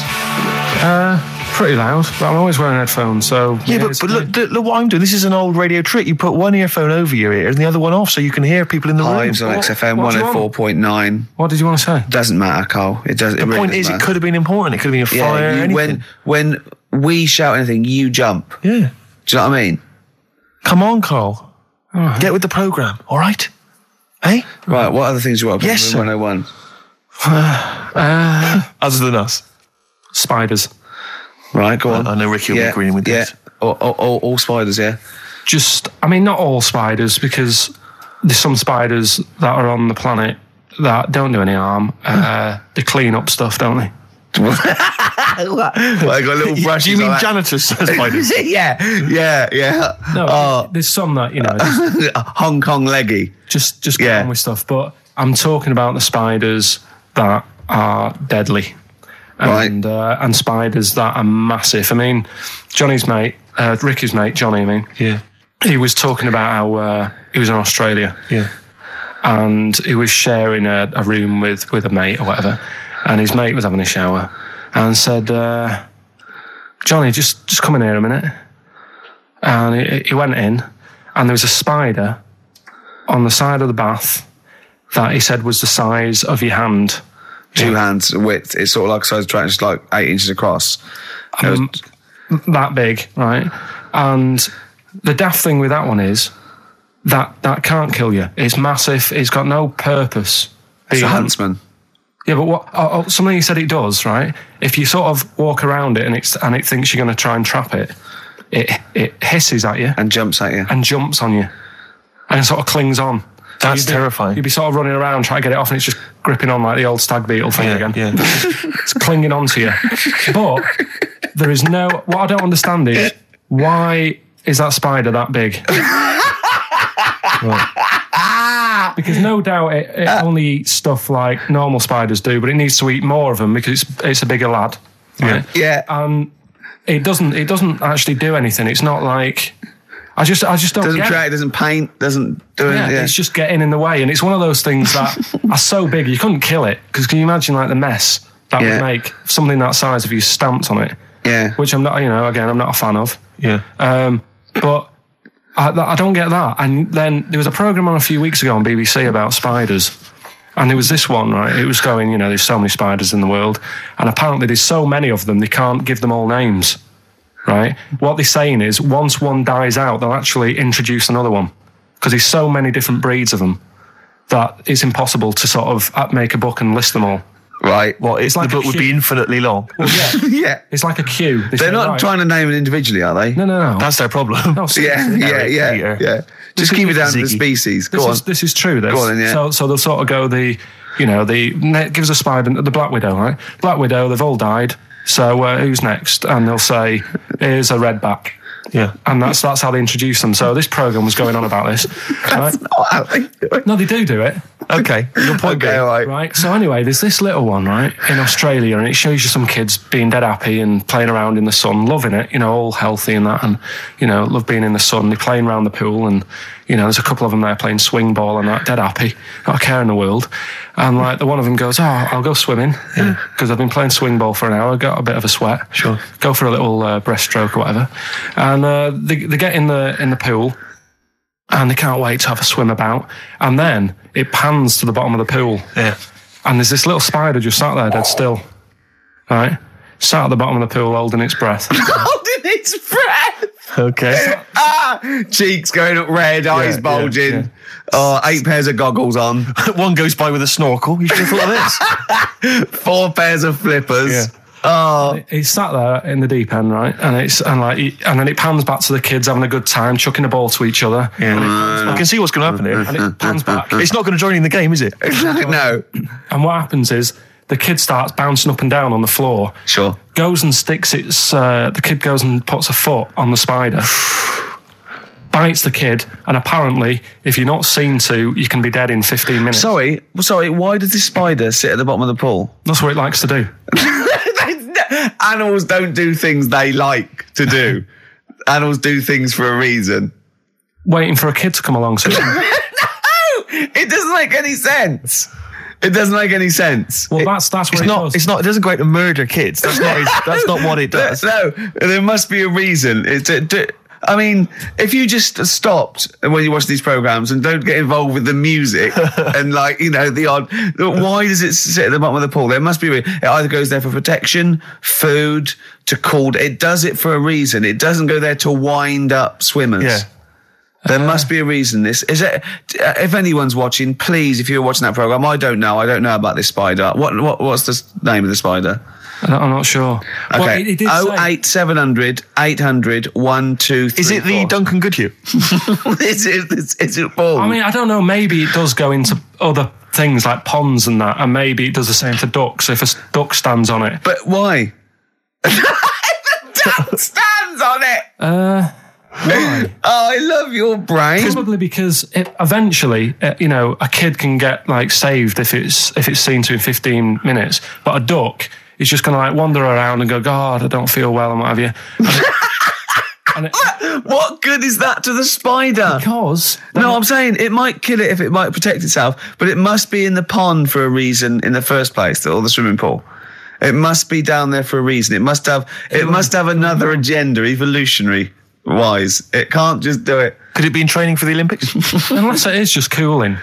Uh, pretty loud, but I'm always wearing headphones, so
Yeah, but,
it's
but
fine.
look, look, look what I'm doing. This is an old radio trick. You put one earphone over your ear and the other one off so you can hear people in the
Hives
room.
on
What-
XFM
what do you want?
104.9.
what did you want to say?
Doesn't matter, Carl. It does.
The point is, it could have been important. It could have been a fire.
Yeah, you,
anything.
when when we shout anything, you jump.
yeah.
Do you know what I mean?
Come on, Carl. Get with the program. All right. Hey.
Right. What other things do you want? to put
Yes,
in
sir.
101.
Uh, Other than us.
Spiders.
Right. Go on.
I know Ricky will be
yeah,
agreeing with
yeah.
this.
All, all- all- all spiders. Yeah.
Just, I mean, not all spiders, because there's some spiders that are on the planet that don't do any harm. Uh, they clean up stuff, don't they?
Well, I got little brushes.
Do you mean
like that.
janitors? spiders?
yeah. Yeah. Yeah.
No,
Oh,
there's some that you know
Hong Kong leggy.
just just
Yeah.
get on with stuff. But I'm talking about the spiders that are deadly, and uh, and spiders that are massive. I mean, Johnny's mate, uh, Ricky's mate, Johnny. I mean,
yeah.
he was talking about how uh, he was in Australia
Yeah.
and he was sharing a, a room with with a mate or whatever, and his mate was having a shower, and said, uh, "Johnny, just just come in here a minute." And he, he went in, and there was a spider on the side of the bath that he said was the size of your hand.
Two hands width. It's sort of like a size triangle, just like eight inches across. It was-
that big, right? And the daft thing with that one is that that can't kill you. It's massive. It's got no purpose.
it's a
Being-
huntsman.
Yeah, but what? Oh, oh, something you said it does, right? If you sort of walk around it and it's and it thinks you're going to try and trap it, it it hisses at you
And jumps at you.
and jumps on you, and sort of clings on. So
That's
you'd be-
terrifying.
You'd be sort of running around trying to get it off, and it's just gripping on like the old stag beetle thing
Yeah.
again.
yeah.
It's clinging on to you. But there is no. What I don't understand is why is that spider that big? Because no doubt it, it
Uh.
only eats stuff like normal spiders do, but it needs to eat more of them because it's it's a bigger lad. right?
Yeah.
Um, it doesn't it doesn't actually do anything. It's not like I just I just don't
doesn't
get it.
create. Doesn't paint. Doesn't do
Yeah,
anything. Yeah.
it's just getting in the way, and it's one of those things that are so big you couldn't kill it. Because can you imagine like the mess that
Yeah.
would make something that size if you stamped on it?
Yeah.
Which I'm not, you know, again, I'm not a fan of.
yeah.
Um, but I, I don't get that. And then there was a program on a few weeks ago on BBC about spiders. And there was this one, right? It was going, you know, there's so many spiders in the world. And apparently there's so many of them, they can't give them all names, right? What they're saying is once one dies out, they'll actually introduce another one because there's so many different breeds of them that it's impossible to sort of uh, make a book and list them all.
Right.
Well, it's
like
the
a
book would be
huge-
infinitely long.
Yeah,
yeah.
it's like a queue. They
They're
say,
not
right,
trying to name it individually, are they?
No, no, no.
That's their problem.
no,
Yeah,
seriously.
yeah,
Eric,
yeah,
Peter.
yeah. Just keep it down to the
Ziggy.
species.
this
Go on.
is this is true. This.
Go on then, yeah.
So so they'll sort of go the you know the ne- gives a spider the black widow right black widow they've all died so uh, who's next and they'll say here's a redback
Yeah.
and that's that's how they introduce them. So this program was going on about this. Right? No, they do do it.
Okay. Your point
okay,
being-
all right.
Right. So anyway, there's this little one, right, in Australia, and it shows you some kids being dead happy and playing around in the sun, loving it, you know, all healthy and that, and you know, love being in the sun. They're playing around the pool, and you know, there's a couple of them there playing swing ball and that, dead happy, not a care in the world. And like the one of them goes, "Oh, I'll go swimming because I've been playing swing ball for an hour, got a bit of a sweat.
Sure.
go for a little uh, breaststroke or whatever." And uh, they, they get in the in the pool and they can't wait to have a swim about. And then it pans to the bottom of the pool,
Yeah.
and there's this little spider just sat there dead still, right? Sat at the bottom of the pool holding its breath.
Holding its breath.
Okay.
Ah, cheeks going up red, eyes
yeah,
bulging.
yeah.
Oh, eight pairs of goggles on,
One goes by with a snorkel. You should have thought of this.
four pairs of flippers.
Yeah.
Oh,
it sat there in the deep end, right? And it's and like it- and then it pans back to the kids having a good time, chucking a ball to each other.
I can see what's going to happen here.
And it pans back.
It's not going to join in the game, is it?
no.
And what happens is the kid starts bouncing up and down on the floor.
Sure.
Goes and sticks its. Uh, the kid goes and puts a foot on the spider. Bites the kid, and apparently, if you're not seen to, you can be dead in 15 minutes.
Sorry, sorry. Why does this spider sit at the bottom of the pool?
That's what it likes to do.
Animals don't do things they like to do. Animals do things for a reason.
Waiting for a kid to come along. So
It doesn't make any sense. It doesn't make any sense.
Well, that's that's what
It's
it
not.
was.
It's not. It doesn't go out to murder kids. That's not. His, that's not what it does.
No, there must be a reason. It's a, d- I mean, if you just stopped when you watch these programs and don't get involved with the music and like you know the odd, why does it sit at the bottom of the pool? There must be. A, re- it either goes there for protection, food, to cool. It does it for a reason. It doesn't go there to wind up swimmers.
Yeah.
There must be a reason. This is it. uh, If anyone's watching, please, if you're watching that program, I don't know. I don't know about this spider. What what what's the s- name of the spider?
I don't- Uh, I'm not sure.
Okay.
Well, it, it did
oh,
say-
eight seven hundred eight hundred one two three.
Is it the Duncan Goodhue?
four. is it is, is it ball?
I mean, I don't know. Maybe it does go into other things like ponds and that, and maybe it does the same for ducks. If a s- duck stands on it,
but why? that stands on it.
Uh, why?
Oh, I love your brain.
Probably because it, eventually, uh, you know, a kid can get like saved if it's if it's seen to in 15 minutes, but a duck is just going to like wander around and go, God, I don't feel well and what have you. And it- and it-
What good is that to the spider?
because
No, I'm saying it might kill it if it might protect itself, but it must be in the pond for a reason in the first place, or the swimming pool. It must be down there for a reason. It must have it must have another agenda, evolutionary wise. It can't just do it.
Could it be in training for the Olympics?
unless it is just cooling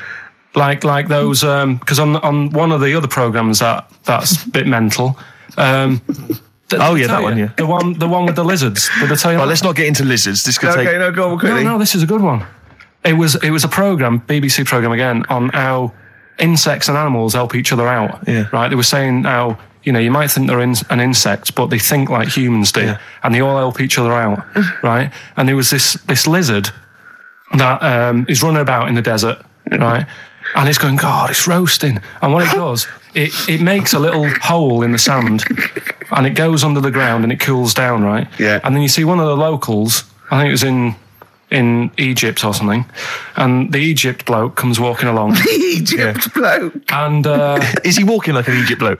like like those um because on on one of the other programs that that's a bit mental um th-
Oh,
did
yeah,
I tell
that one,
you?
yeah. Oh,
the one the one with the lizards did I tell you
Well,
that?
let's not get into lizards. This could
Okay,
take.
no, go on
no
quickly.
no this is a good one it was it was a program BBC program again on how insects and animals help each other out
Yeah.
right they were saying how you know you might think they're in, an insect but they think like humans do and they all help each other out
Mm.
right and there was this this lizard that um, is running about in the desert, right? And it's going, God, it's roasting. And what it does, it, it makes a little hole in the sand and it goes under the ground and it cools down, right?
Yeah.
And then you see one of the locals, I think it was in in Egypt or something, and the Egypt bloke comes walking along
Egypt bloke.
and uh,
Is he walking like an Egypt bloke?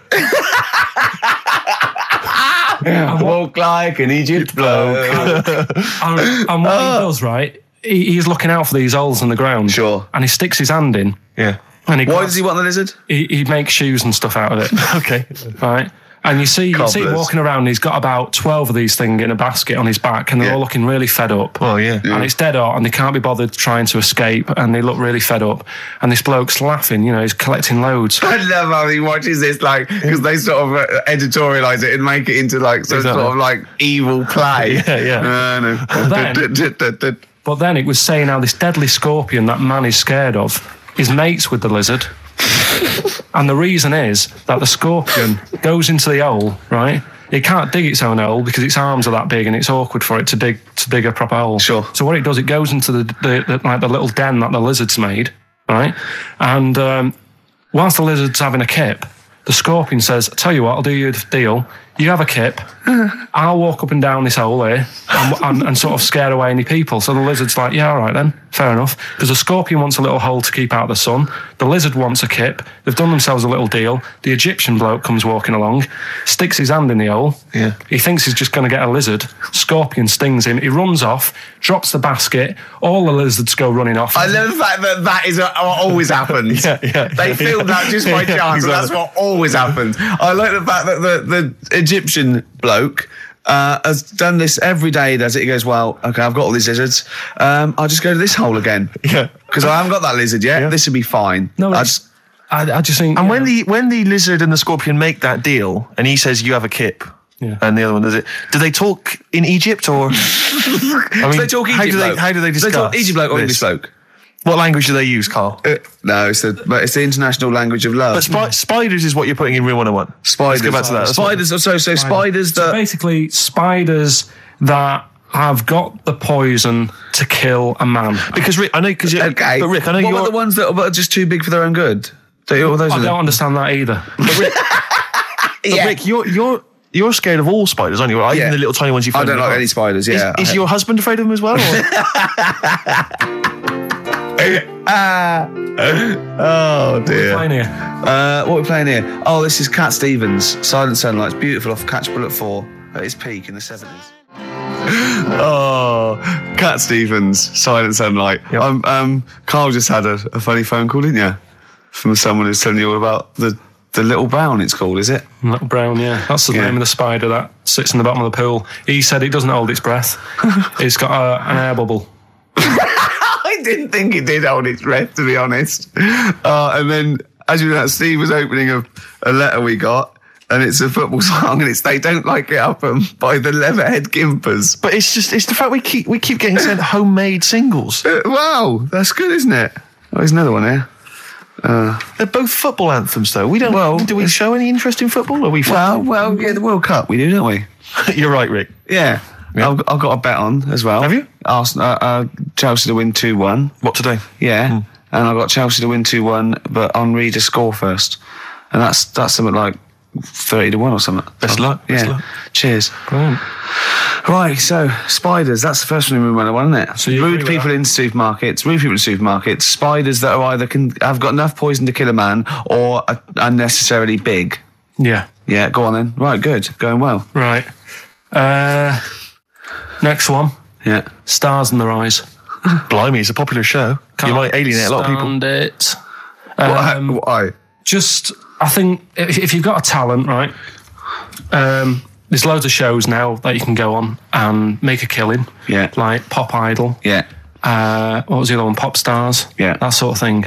Walk like an Egypt bloke.
and, and what
Oh.
he does, right? He, he's looking out for these holes in the ground.
Sure.
And he sticks his hand in
Yeah.
and he,
Why
grabs-
does he want the lizard?
he, he makes shoes and stuff out of it.
Okay.
right? And you see, you see him
Cobblers.
walking around. and He's got about twelve of these things in a basket on his back, and they're all looking really fed up.
Well, yeah.
And it's dead hot, and they can't be bothered trying to escape, and they look really fed up. And this bloke's laughing, you know, he's collecting loads.
I love how he watches this, like, because they sort of uh, editorialize it and make it into like some
Exactly.
sort of like evil play.
Yeah, yeah.
Uh, no.
then- But then it was saying how this deadly scorpion that man is scared of is mates with the lizard. and the reason is that the scorpion goes into the hole, right? It can't dig its own hole because its arms are that big and it's awkward for it to dig to dig a proper hole.
Sure.
So what it does, it goes into the, the, the like the little den that the lizard's made, right? And um, whilst the lizard's having a kip, the scorpion says, "Tell you what, I'll do you a deal. You have a kip, I'll walk up and down this hole here and, and, and sort of scare away any people. So the lizard's like, yeah, all right then, fair enough. Because the scorpion wants a little hole to keep out the sun. The lizard wants a kip. They've done themselves a little deal. The Egyptian bloke comes walking along, sticks his hand in the hole.
Yeah.
He thinks he's just going to get a lizard. Scorpion stings him. He runs off, drops the basket. All the lizards go running off.
I love the fact that that is what always happens.
Yeah, yeah,
they
yeah,
filmed
yeah.
that just by
Yeah,
chance, and that's
exactly.
what always happens. I like the fact that the, the Egyptian bloke uh, has done this every day. He does it. He goes, "Well, okay, I've got all these lizards. Um, I'll just go to this hole again.
Yeah.
because I haven't got that lizard yet. This will be fine.
no,
I
it's-
just,
I, I just think.
And
you
when
know,
the when the lizard and the scorpion make that deal, and he says you have a kip,
Yeah.
and the other one does it. Do they talk in Egypt or? I mean,
they talk Egypt
how do they
bloke.
how do they discuss?
talk Egypt bloke or
this?
English bloke?
What language do they use, Carl?
Uh, no, it's the but it's the international language of love.
But spi- spiders is what you're putting in Real 101. Let's
spiders.
go back to that. That's what-
Spiders. So so spiders that.
basically spiders that have got the poison to kill a man.
Because Rick, I know because
Okay,
But Rick, I know
what
you're Oh,
about the ones that are just too big for their own good? They, all those
I
are the-
don't understand that either.
But Rick, you're you're you're scared of all spiders, aren't you? Like, Even
Yeah.
the little tiny ones you
I
find. in
don't
the
like
park.
any spiders.
Is,
Yeah,
is your husband afraid of them as well? Or?
Ah. oh dear.
Fine here.
Uh, what are we playing here? Oh, this is Cat Stevens. Silent Sunlights, beautiful off Catch Bullet Four at its peak in the seventies. oh, Cat Stevens, Silent Sunlight. Um, um, Carl just had a, a funny phone call, didn't you?
from someone who's telling you all about the the little brown. It's called, is it?
Little Brown, yeah. That's the
Yeah.
name of the spider that sits in the bottom of the pool. He said it doesn't hold its breath. it's got a, an air bubble.
I didn't think it did hold its breath, to be honest. Uh, and then, as you know, Steve was opening a, a letter we got, and it's a football song, and it's They Don't Like It Up um, by the Leatherhead Gimpers.
But it's just it's the fact we keep we keep getting sent homemade singles.
Uh, wow, that's good, isn't it? Oh, there's another one here.
They're both football anthems, though. We don't.
Well,
do we show any interest in football? Are we?
Well, well, yeah, the World Cup, we do, don't we?
You're right, Rick.
Yeah.
Yeah.
I've, I've got a bet on as well.
Have you?
Arsenal, uh, uh, Chelsea to win 2 1.
What today?
Yeah.
Hmm.
And I've got Chelsea to win 2 1, but Henri to score first. And that's that's something like 30 to 1 or something.
Best
So,
luck,
Yeah.
best luck.
Cheers.
Brilliant.
Right, so spiders, that's the first one we went on, isn't it?
So you agree
rude
with
people
that?
in supermarkets, rude people in supermarkets, spiders that are either can have got enough poison to kill a man or are unnecessarily big.
Yeah.
Yeah, go on then. Right, good. Going well.
Right. Uh, next one.
Yeah.
Stars in their eyes.
Blimey, it's a popular show. you might alienate a lot of people.
Stand It. Um,
Why?
just I think if, if you've got a talent, right? Um, there's loads of shows now that you can go on and make a killing.
Yeah.
Like Pop Idol.
Yeah.
Uh, what was the other one? Pop Stars.
Yeah.
That sort of thing.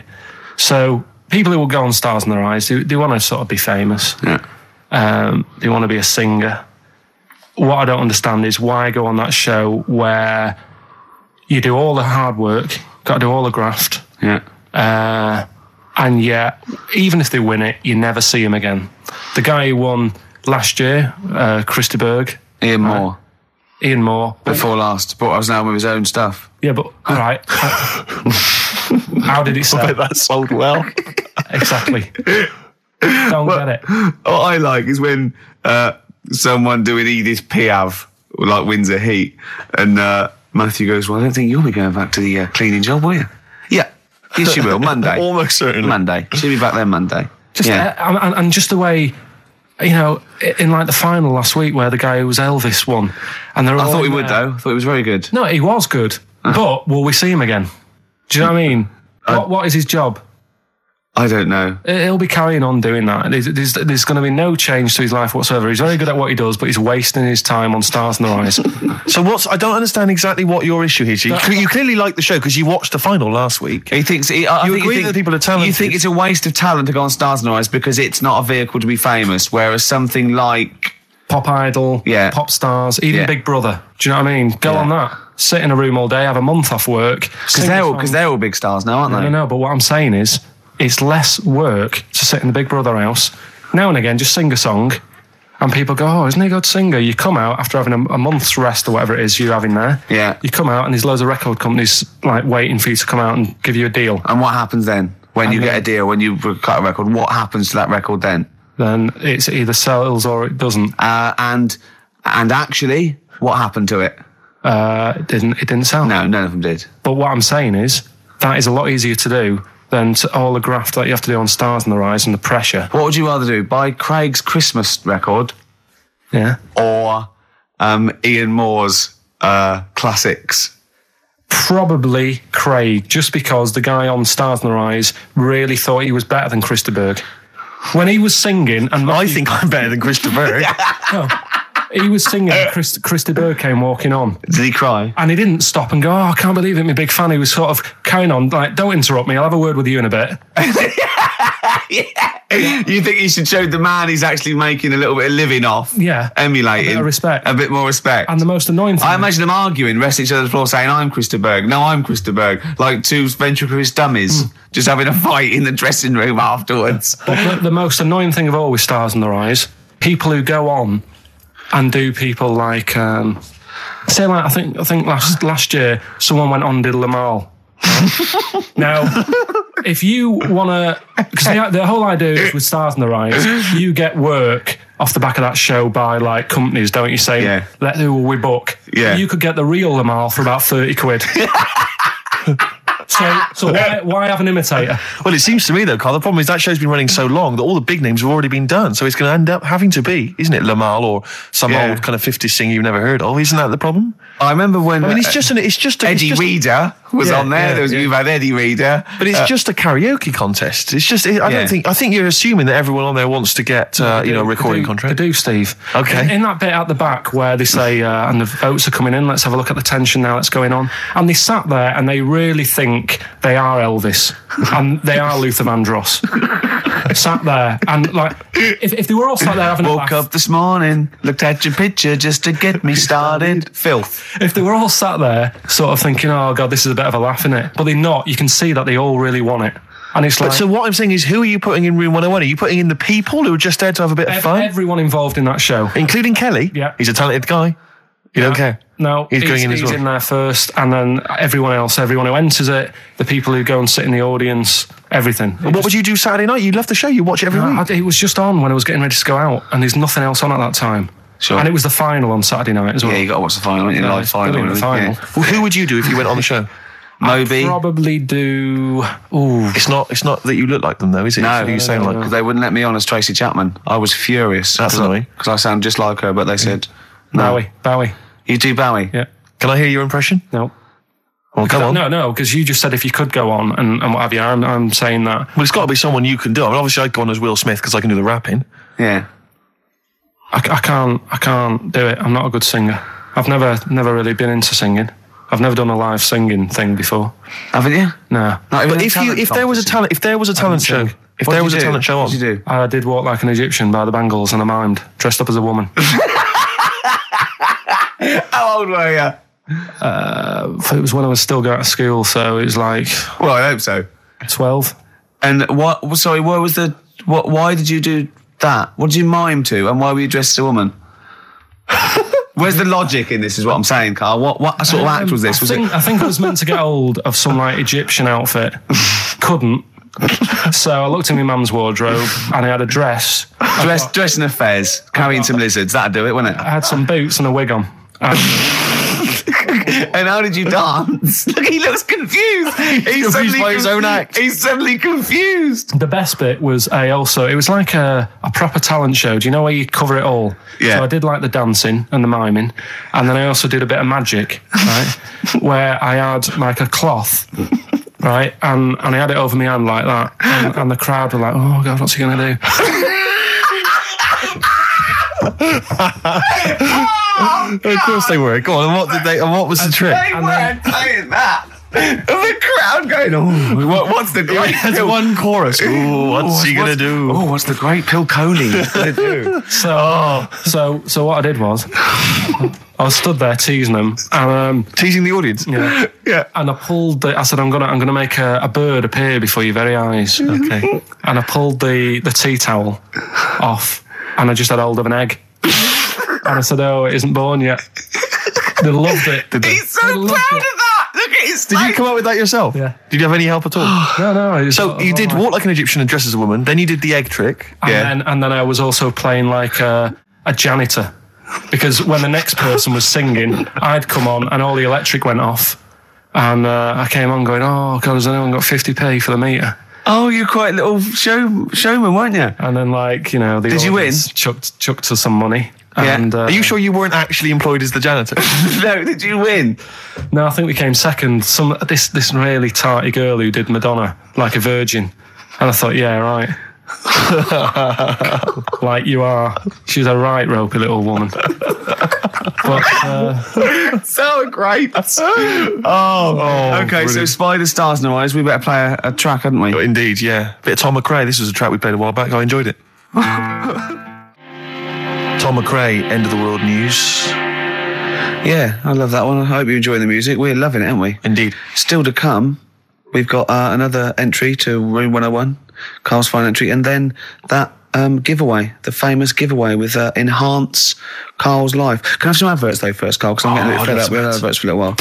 So people who will go on Stars in Their Eyes, they, they want to sort of be famous.
Yeah.
Um, they want to be a singer. What I don't understand is why go on that show where you do all the hard work, got to do all the graft,
Yeah.
uh, and yet, even if they win it, you never see him again. The guy who won last year, uh, Christy Berg,
Ian Moore.
Ian Moore.
Before last. Brought us now with his own stuff.
Yeah, but all right. How did it sell?
That sold well.
Exactly. Don't get it.
What I like is when uh, someone doing E, Edith Piaf like wins a heat, and uh, Matthew goes, "Well, I don't think you'll be going back to the uh, cleaning job, will you?" Yeah, yes, you will. Monday,
Almost certainly.
Monday. She'll be back there Monday.
Just,
yeah,
uh, and, and- and just the way, you know, i- in like the final last week where the guy who was Elvis won, and they're
I
all
thought he
in
would
there.
though. Ah. I thought he was very good.
No, he was good, but will we see him again? Do you know what I mean? What, what is his job?
I don't know.
It- He'll be carrying on doing that. There's, there's, there's going to be no change to his life whatsoever. He's very good at what he does, but he's wasting his time on stars in their eyes.
So what's? I don't understand exactly what your issue is. You, you clearly like the show because you watched the final last week.
He thinks he, I, I
You
think
agree
he think-
that people are
You
talented.
think it's a waste of talent to go on Stars and Eyes because it's not a vehicle to be famous, whereas something like
Pop idol,
Yeah.
pop stars, even
Yeah.
Big Brother. Do you know what I mean? Go on that. Sit in a room all day, have a month off work.
because they're all because they're all big stars now, aren't they?
I don't know, but what I'm saying is it's less work to sit in the Big Brother house. Now and again, just sing a song. And people go, oh, isn't he a good singer? You come out after having a, a month's rest or whatever it is you're having there.
Yeah.
You come out and there's loads of record companies like waiting for you to come out and give you a deal.
And what happens then? When you get a deal, when you cut a record, what happens to that record then?
then it's either sells or it doesn't.
Uh, and and actually, what happened to it?
Uh, it didn't. It didn't sell.
No, none of them did.
But what I'm saying is that is a lot easier to do than to all the graft that you have to do on stars in the rise and the pressure.
What would you rather do? Buy Craig's Christmas record
Yeah.
or um, Ian Moore's uh, classics?
Probably Craig, just because the guy on Stars in the Rise really thought he was better than Christa Berg. When he was singing, and
I think I'm better than Christopher.
he was singing, Christ, Christa Berg came walking on,
Did he cry?
and he didn't stop and go, "Oh, I can't believe it, my big fan." He was sort of carrying on, like, "Don't interrupt me. I'll have a word with you in a bit."
You think you should show the man he's actually making a little bit of living off?
Yeah.
Emulating.
A bit of respect.
A bit more respect.
And the most annoying thing,
I imagine them arguing, resting each other's floor, saying, I'm Christa Berg. No, I'm Christa Berg. Like two ventriloquist dummies
Hmm.
just having a fight in the dressing room afterwards.
But the, the most annoying thing of all with stars in their eyes, people who go on and do people like, um, say, like I think I think last last year someone went on and did Lamal. now, if you want to, because the, the whole idea is with stars in their eyes, you get work off the back of that show by like companies, don't you? Say,
Yeah.
let who will we book?
Yeah.
you could get the real Lamal for about thirty quid. so, so why, why have an imitator?
well, it seems to me though, Carl. The problem is that show's been running so long that all the big names have already been done. So it's going to end up having to be, isn't it, Lamal or some
Yeah.
old kind of 50s singer you've never heard of? Isn't that the problem?
I remember when. uh,
I mean, it's just an, it's just a, it's
Eddie
just-
Reader. was
Yeah,
on there.
yeah,
there was
yeah.
You've Had Eddie Reader.
But it's just a karaoke contest. It's just. I
Uh, Yeah.
don't think. I think you're assuming that everyone on there wants to get uh, you know a recording
I do,
contract.
I do, Steve.
Okay.
In, in that bit at the back where they say, uh, and the votes are coming in, let's have a look at the tension now that's going on. And they sat there and they really think they are Elvis and they are Luther Vandross. sat there and like, if, if they were all sat there having a
Woke
laugh,
up this morning, looked at your picture just to get me started. Filth.
if they were all sat there sort of thinking, oh God, this is a bit of a laugh, is it? But they're not. You can see that they all really want it. And it's like,
But so what I'm saying is, who are you putting in room 101? Are you putting in the people who are just there to have a bit of
ev-
fun,
everyone involved in that show.
including Kelly?
Yeah.
he's a talented guy. You don't care.
No,
He's
he's,
going
he's,
in as well.
in there first, and then everyone else, everyone who enters it, the people who go and sit in the audience, everything. It
What would you do Saturday night? You love the show. You watch it every week.
just- I- it was just on when I was getting ready to go out, and there's nothing else on at that time.
Sure.
And it was the final on Saturday night as well.
Yeah, you got to watch the final, ain't you? Live
it's
final.
brilliant, the
yeah.
final.
Well, who would you do if you went on the show?
Moby.
Probably do. Ooh,
It's not. It's not that you look like them, though, is it?
No,
It's who you sound like.
because they wouldn't let me on as Tracy Chapman. I was furious.
That's annoying.
Because I sound just like her, but they said, no.
Bowie, Bowie.
You do Bowie?
Yeah,
Can I hear your impression?
no.
Well, come on.
No, no, because you just said if you could go on and, and what have you. I'm, I'm saying that.
Well, it's got to be someone you can do. I mean, obviously, I'd go on as Will Smith because I can do the rapping.
Yeah.
I, c- I can't I can't do it. I'm not a good singer. I've never never really been into singing. I've never done a live singing thing before.
Haven't you?
No.
Not even
But
a
if you,
talent
if there was a
competition.
talent, if there was a talent show,
sing.
if
What
there
did
was
you
a
do?
talent show
What
on,
did you do?
I did walk like an Egyptian by the Bangles and I mimed, dressed up as a woman.
How old were you?
Uh, it was when I was still going to school, so it was like
Well, I hope so.
twelve.
And what? well, Sorry, what was the? What? Why did you do that? What did you mime to? And why were you dressed as a woman? Where's the logic in this? Is what I'm saying, Carl. What? What sort
Um,
of act was this?
I
Was
think,
it?
I think I was meant to get hold of some like Egyptian outfit. Couldn't. So I looked in my mum's wardrobe and I had a dress.
Dressed, dressed in a fez, carrying some lizards. That'd do it, wouldn't it?
I had some boots and a wig on. And
And how did you dance? Look, he looks confused. He's suddenly
by his
confu-
own act.
He's suddenly confused.
the best bit was I also it was like a, a proper talent show. Do you know where you cover it all?
Yeah.
So I did like the dancing and the miming, and then I also did a bit of magic, right? where I had like a cloth. Right, and, and I had it over my hand like that, and, and the crowd were like, "Oh God, what's he gonna do?"
of course they were. Go on. And what did they? And what was the trick?
They weren't playing that. And the crowd going, oh, what, what's the great
That's
pill?
one chorus. Ooh, what's he gonna do?
Oh, what's the great Pill Coley gonna do?
So, so, so what I did was, I was stood there teasing them, and um,
Teasing the audience.
yeah,
Yeah.
and I pulled the. I said, "I'm gonna, I'm gonna make a, a bird appear before your very eyes."
Okay.
and I pulled the, the tea towel off and I just had hold of an egg. and I said, Oh, it isn't born yet. They loved it. Did
He's so proud of that. Look at his
Did you
face.
come up with that yourself?
Yeah.
Did you have any help at all?
No, no. it was-
so you did walk like an Egyptian and dress as a woman. Then you did the egg trick.
And,
Yeah.
then, and then I was also playing like a, a janitor because when the next person was singing, I'd come on and all the electric went off. And uh, I came on going, Oh, God, has anyone got 50p for the meter?
Oh, you're quite a little show, showman, weren't you?
And then, like, you know, the
Did you
audience Chucked, chucked us some money.
Yeah.
And, uh,
Are you sure you weren't actually employed as the janitor?
no, did you win?
Oh,
No, I think we came second. Some this this really tarty girl who did Madonna like a virgin, and I thought, yeah, right. like you are. She's a right ropey little woman. But uh,
So great. oh, okay. So Spider Stars No Eyes, we better play a, a track, hadn't we?
Indeed, yeah. Bit of Tom McRae. This was a track we played a while back. I enjoyed it. Tom McRae, End of the World News.
Yeah, I love that one. I hope you're enjoying the music. We're loving it, aren't we?
Indeed.
Still to come, we've got uh, another entry to Room 101, Carl's final entry, and then that um, giveaway, the famous giveaway with uh, Enhance Carl's Life. Can I have some adverts, though, first, Carl? Because I'm getting a
Oh,
bit fed
I'd
up.
love
We had adverts for a little while.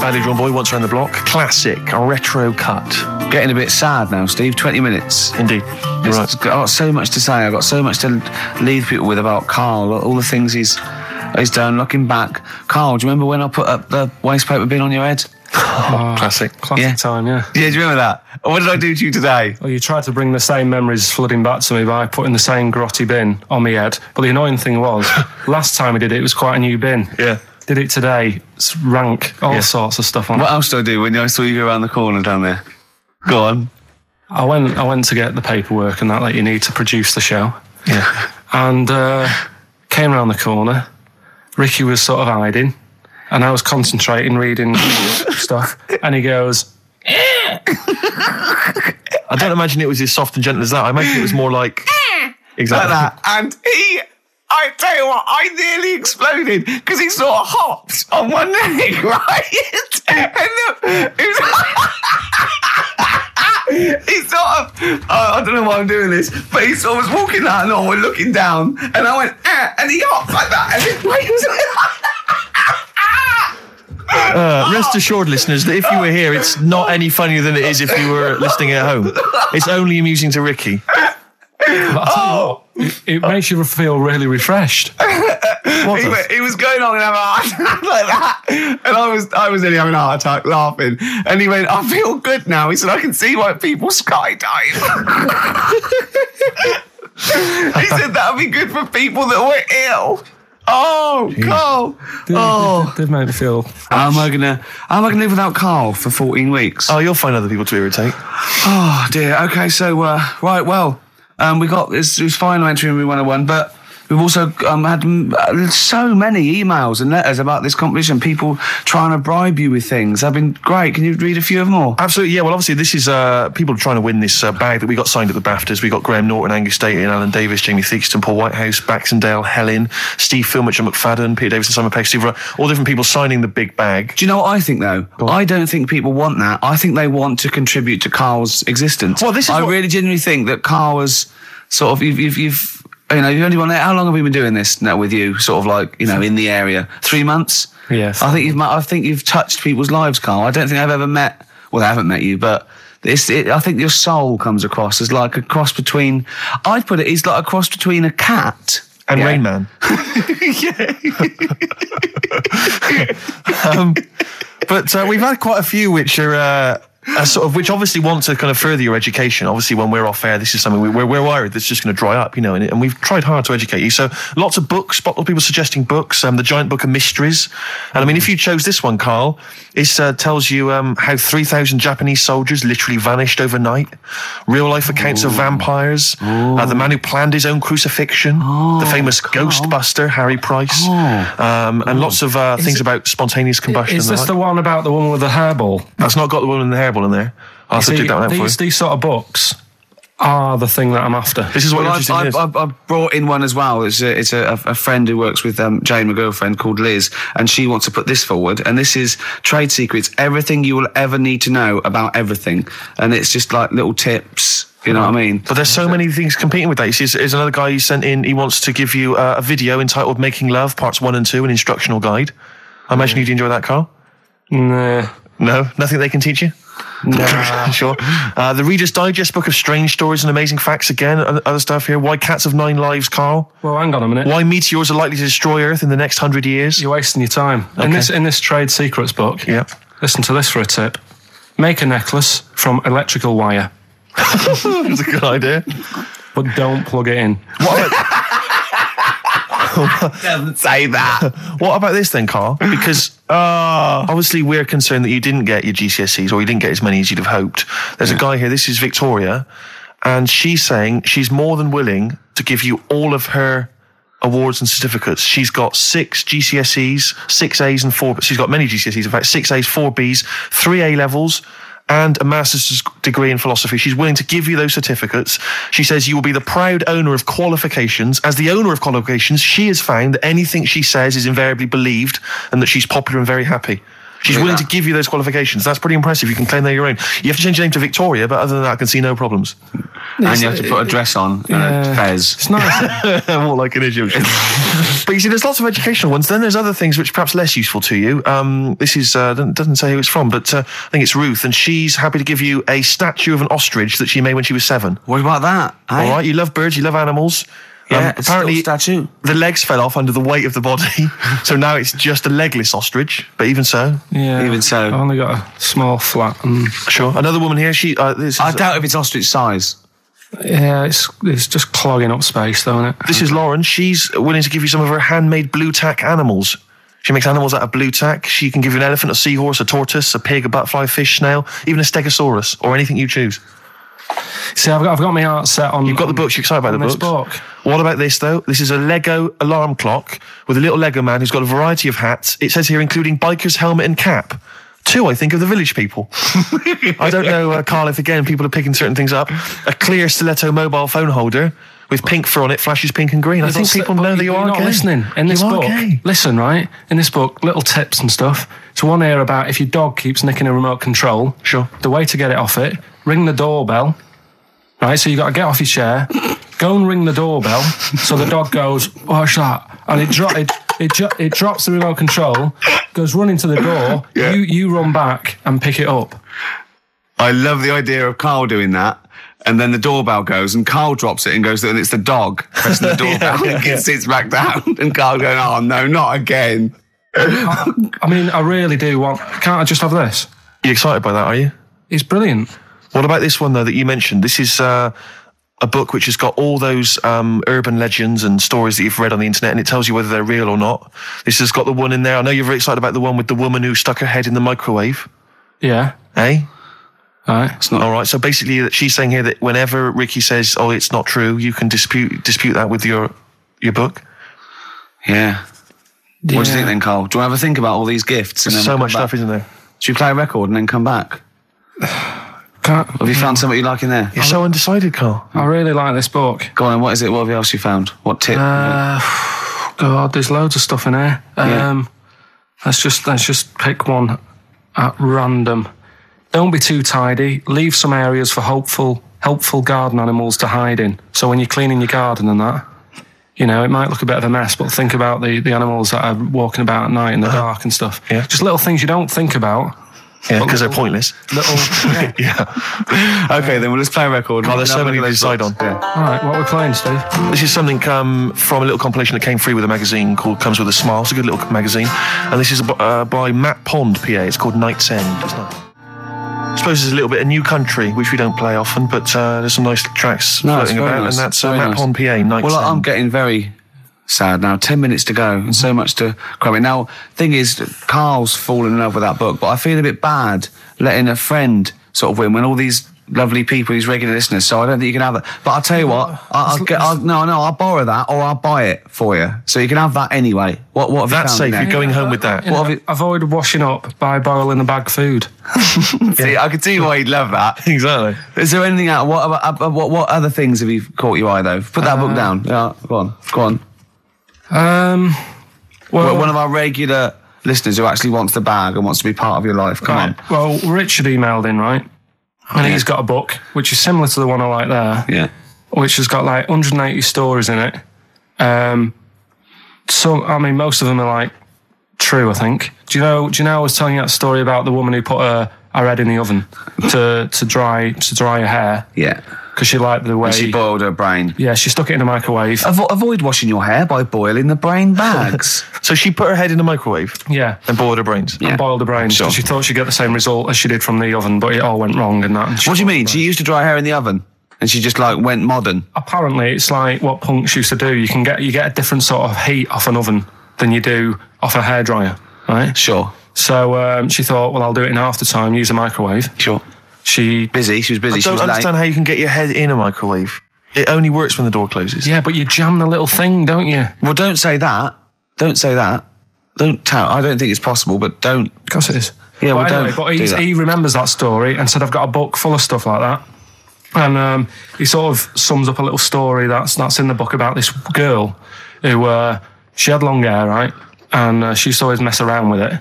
Badly Drawn Boy, Once Around the Block. Classic, a retro cut.
Getting a bit sad now, Steve. 20 minutes.
Indeed. You're
It's-
right.
I've got so much to say. I've got so much to leave people with about Carl, all the things he's he's done. Looking back, Carl, do you remember when I put up the waste paper bin on your head?
Classic.
Ah, classic
Yeah.
time, yeah.
Yeah, do you remember that? What did I do to you today?
Well, you tried to bring the same memories flooding back to me by putting the same grotty bin on my head. But the annoying thing was, last time I did it, it was quite a new bin.
Yeah.
Did it today. It's rank, all
Yeah.
sorts of stuff on it.
What else do I do when I saw you go around the corner down there? Go on.
I went I went to get the paperwork and that that you need to produce the show.
Yeah.
And uh, came round the corner. Ricky was sort of hiding, and I was concentrating, reading stuff. And he goes,
I don't imagine it was as soft and gentle as that. I imagine it was more like exactly.
and he, I tell you what, I nearly exploded because he sort of hopped on one leg, right? and look, it was- he sort of, oh, I I don't know why I'm doing this, but he sort of was walking that and all, looking down, and I went, eh, and he hopped like that, and his weight was.
Uh, rest assured, listeners, that if you were here, it's not any funnier than it is if you were listening at home. It's only amusing to Ricky.
"Oh, it, it makes you feel really refreshed."
What
He,
the
went- he was going on and having a heart attack like that, and I was I was only having a heart attack laughing. And he went, "I feel good now." He said, "I can see why people skydive." he said that would be good for people that were ill. Oh, Carl!
Did,
Oh,
did, did make me feel.
how am I gonna how am I gonna live without Carl for fourteen weeks?
Oh, you'll find other people to irritate.
Oh dear. Okay, so uh, right, well, um, we got this. It was final entry in Room 101, but we've also um, had mm, uh, so many emails and letters about this competition. People trying to bribe you with things. They've been great. Can you read a few of them all?
Absolutely, yeah. Well, obviously, this is uh, people trying to win this uh, bag that we got signed at the BAFTAs. We got Graham Norton, Angus State, Alan Davis, Jamie Theakston, Paul Whitehouse, Baxendale, Helen, Steve Filmich, and McFadden, Peter Davison, Simon Pegg, Steve Rowe, all different people signing the big bag.
Do you know what I think though? I don't think people want that. I think they want to contribute to Carl's existence.
Well, this is
I
what-
really genuinely think that Carl was sort of you've you've. you've you know, you've only been there. How long have we been doing this now with you? Sort of like you know, in the area, three months.
Yeah,
I think you've. ma- I think you've touched people's lives, Carl. I don't think I've ever met. Well, I haven't met you, but it's. It, I think your soul comes across as like a cross between. I'd put it is like a cross between a cat.
And
Yeah.
Rain Man. um, but uh, we've had quite a few which are. Uh, uh, sort of, which obviously want to kind of further your education. Obviously, when we're off air, this is something we, we're, we're worried that's just going to dry up, you know. And, and we've tried hard to educate you. So, lots of books, lots of people suggesting books. Um, the Giant Book of Mysteries, and I mean, if you chose this one, Carl, it uh, tells you um, how three thousand Japanese soldiers literally vanished overnight. Real life accounts of vampires. Uh, the man who planned his own crucifixion. the famous Ghostbuster Harry Price. um, and lots of uh, things about spontaneous combustion.
Is
and
this
the
the one about the woman with the hairball?
that's not got the woman in the hairball in there. I'll have to dig that one out for you.
these, these sort of books are the thing that I'm after.
This is what
Well,
you're
I've,
interested in.
I've,
is.
I've, I've brought in one as well. It's a, it's a, a friend who works with um, Jane, my girlfriend, called Liz, and she wants to put this forward. And this is trade secrets, everything you will ever need to know about everything. And it's just like little tips. You know what I mean?
But there's so many things competing with that. You see, there's another guy who sent in, he wants to give you uh, a video entitled Making Love, Parts 1 and 2, an instructional guide. I imagine you'd enjoy that, Carl.
Nah.
No, nothing they can teach you? sure. Uh, the Reader's Digest book of strange stories and amazing facts again. Other other stuff here. Why cats have nine lives, Carl?
Well, hang on a minute.
Why meteors are likely to destroy Earth in the next hundred years?
You're wasting your time. In this in this trade secrets book,
Yep.
listen to this for a tip. Make a necklace from electrical wire,
That's a good idea.
but don't plug it in.
What about,
Doesn't say that.
what about this then, Carl? Because obviously we're concerned that you didn't get your GCSEs or you didn't get as many as you'd have hoped. There's a guy here. This is Victoria, and she's saying she's more than willing to give you all of her awards and certificates. She's got six GCSEs, six A's, and four. She's got many GCSEs. In fact, six A's, four B's, three A levels. And a master's degree in philosophy. She's willing to give you those certificates. She says you will be the proud owner of qualifications. As the owner of qualifications, she has found that anything she says is invariably believed and that she's popular and very happy. She's willing to give you those qualifications. That's pretty impressive. You can claim they're your own. You have to change your name to Victoria, but other than that, I can see no problems.
and you have to put a dress on and a fez.
It's nice.
I won't like an idiot. but you see, there's lots of educational ones. Then there's other things which perhaps less useful to you. Um, this is uh, doesn't, doesn't say who it's from, but uh, I think it's Ruth, and she's happy to give you a statue of an ostrich that she made when she was seven.
What about that? eh?
All right, you love birds, you love animals. Um,
Yeah, it's
apparently,
still a statue.
the legs fell off under the weight of the body, so now it's just a legless ostrich. But even so,
yeah.
Even so.
I've only got a small flat, and
sure. Another woman here. She uh, this is,
I doubt if it's ostrich size.
yeah, it's it's just clogging up space, though, isn't it?
This is Lauren. She's willing to give you some of her handmade blue tack animals. She makes animals out of blue tack. She can give you an elephant, a seahorse, a tortoise, a pig, a butterfly, fish, snail, even a stegosaurus, or anything you choose.
See, I've got, I've got my heart set on.
You've got the books. You're excited about the
on
books.
this book.
What about this though? This is a Lego alarm clock with a little Lego man who's got a variety of hats. It says here including biker's helmet and cap. Two, I think, of the village people. I don't know, uh, Carl, if again people are picking certain things up. A clear stiletto mobile phone holder with pink fur on it, flashes pink and green. I think
This-
people
but
know that you
"Oh, you're
are
not
gay.
listening in
You
this
are
book.
gay.
Listen, right in this book, little tips and stuff. So one here about if your dog keeps nicking a remote control.
Sure.
The way to get it off it: ring the doorbell. Right. So you got to get off your chair, go and ring the doorbell. so the dog goes, "What's that?" And it dro- it, it, ju- it drops the remote control, goes running to the door. You you run back and pick it up.
I love the idea of Carl doing that. And then the doorbell goes, and Carl drops it and goes, and it's the dog pressing the doorbell and it sits back down. And Carl going, oh no, not again.
I mean, I really do want. Can't I just have this?
You excited by that, are you?
It's brilliant.
What about this one though that you mentioned? This is uh, a book which has got all those um, urban legends and stories that you've read on the internet, and it tells you whether they're real or not. This has got the one in there. I know you're very excited about the one with the woman who stuck her head in the microwave.
Yeah.
Eh?
All right.
All right. So basically, that she's saying here that whenever Ricky says, "Oh, it's not true," you can dispute dispute that with your your book.
Yeah. What do you think then, Carl? Do I ever think about all these gifts? And then
so
come
much
back?
stuff, isn't there?
Should we play a record and then come back?
Can't,
Have you
Mm.
found something you like in there?
You're so undecided, Carl.
I really like this book.
Go on, then, what is it? What have else you found? What tip?
God, there's loads of stuff in here. Um, Let's just let's just pick one at random. Don't be too tidy. Leave some areas for hopeful helpful garden animals to hide in. So when you're cleaning your garden and that, you know it might look a bit of a mess, but think about the the animals that are walking about at night in
Uh-huh.
the dark and stuff.
Yeah.
Just little things you don't think about.
Yeah, because they're pointless.
Little. yeah.
okay, then we'll just play a record.
Carl, there's so many to decide on.
All right, what are we playing, Steve?
This is something um, from a little compilation that came free with a magazine called Comes With a Smile. It's a good little magazine. And this is b- uh, by Matt Pond, PA. It's called Night's End. It's nice. I suppose there's a little bit of New Country, which we don't play often, but uh, there's some nice tracks
No, it's
floating
very
about.
nice.
And that's uh,
Very
Matt
nice.
Pond, PA, Night's
Well, I'm
End.
getting very sad now. Ten minutes to go, and so much to grab it. Now, thing is, Carl's fallen in love with that book, but I feel a bit bad letting a friend sort of win when all these lovely people, these regular listeners. So I don't think you can have it. But I'll tell you what, I- I'll get. I'll, no, no, I'll borrow that or I'll buy it for you, so you can have that anyway. What? What have
That's
you
safe.
found in
You're
there?
going home with that.
You know,
What have you-
avoid washing up by boiling the bag food.
See, I could see why he'd love that.
Exactly.
Is there anything out? What, about- uh, what? What other things have you caught your eye though? Put that book down. Yeah, go on, go on.
Um.
Well,
Well,
one of our regular listeners who actually wants the bag and wants to be part of your life. Come on.
Right. Well, Richard emailed in, right? And he's got a book which is similar to the one I like there,
Yeah.
which has got like 180 stories in it. Um, so I mean, most of them are like true. I think. Do you know? Do you know? I was telling you that story about the woman who put her, her head in the oven to to dry to dry her hair
Yeah.
because she liked the way.
She Oh. boiled her brain.
yeah, she stuck it in a microwave.
Avo- avoid washing your hair by boiling the brain bags.
So she put her head in the microwave
Yeah.
and boiled her brains.
And boiled her brains.
Sure.
She thought she'd get the same result as she did from the oven, but it all went wrong and that. And she
what do you mean? She used to dry hair in the oven and she just like went modern.
Oh. apparently it's like what punks used to do. You can get you get a different sort of heat off an oven than you do off a hairdryer, right?
Sure.
So um, she thought, well, I'll do it in half the time. Use a microwave.
Sure.
She
Busy. She was busy.
I
she
don't
was
understand how you can get your head in a microwave. It only works when the door closes.
yeah, but you jam the little thing, don't you?
late. Well, don't say that. Don't say that. Don't tell. I don't think it's possible, but don't.
Of course it is.
Yeah,
but
well,
anyway,
don't
but
do
he's,
that.
he remembers that story and said, I've got a book full of stuff like that. And um, he sort of sums up a little story that's that's in the book about this girl who uh, she had long hair, right? And uh, she used to always mess around with it,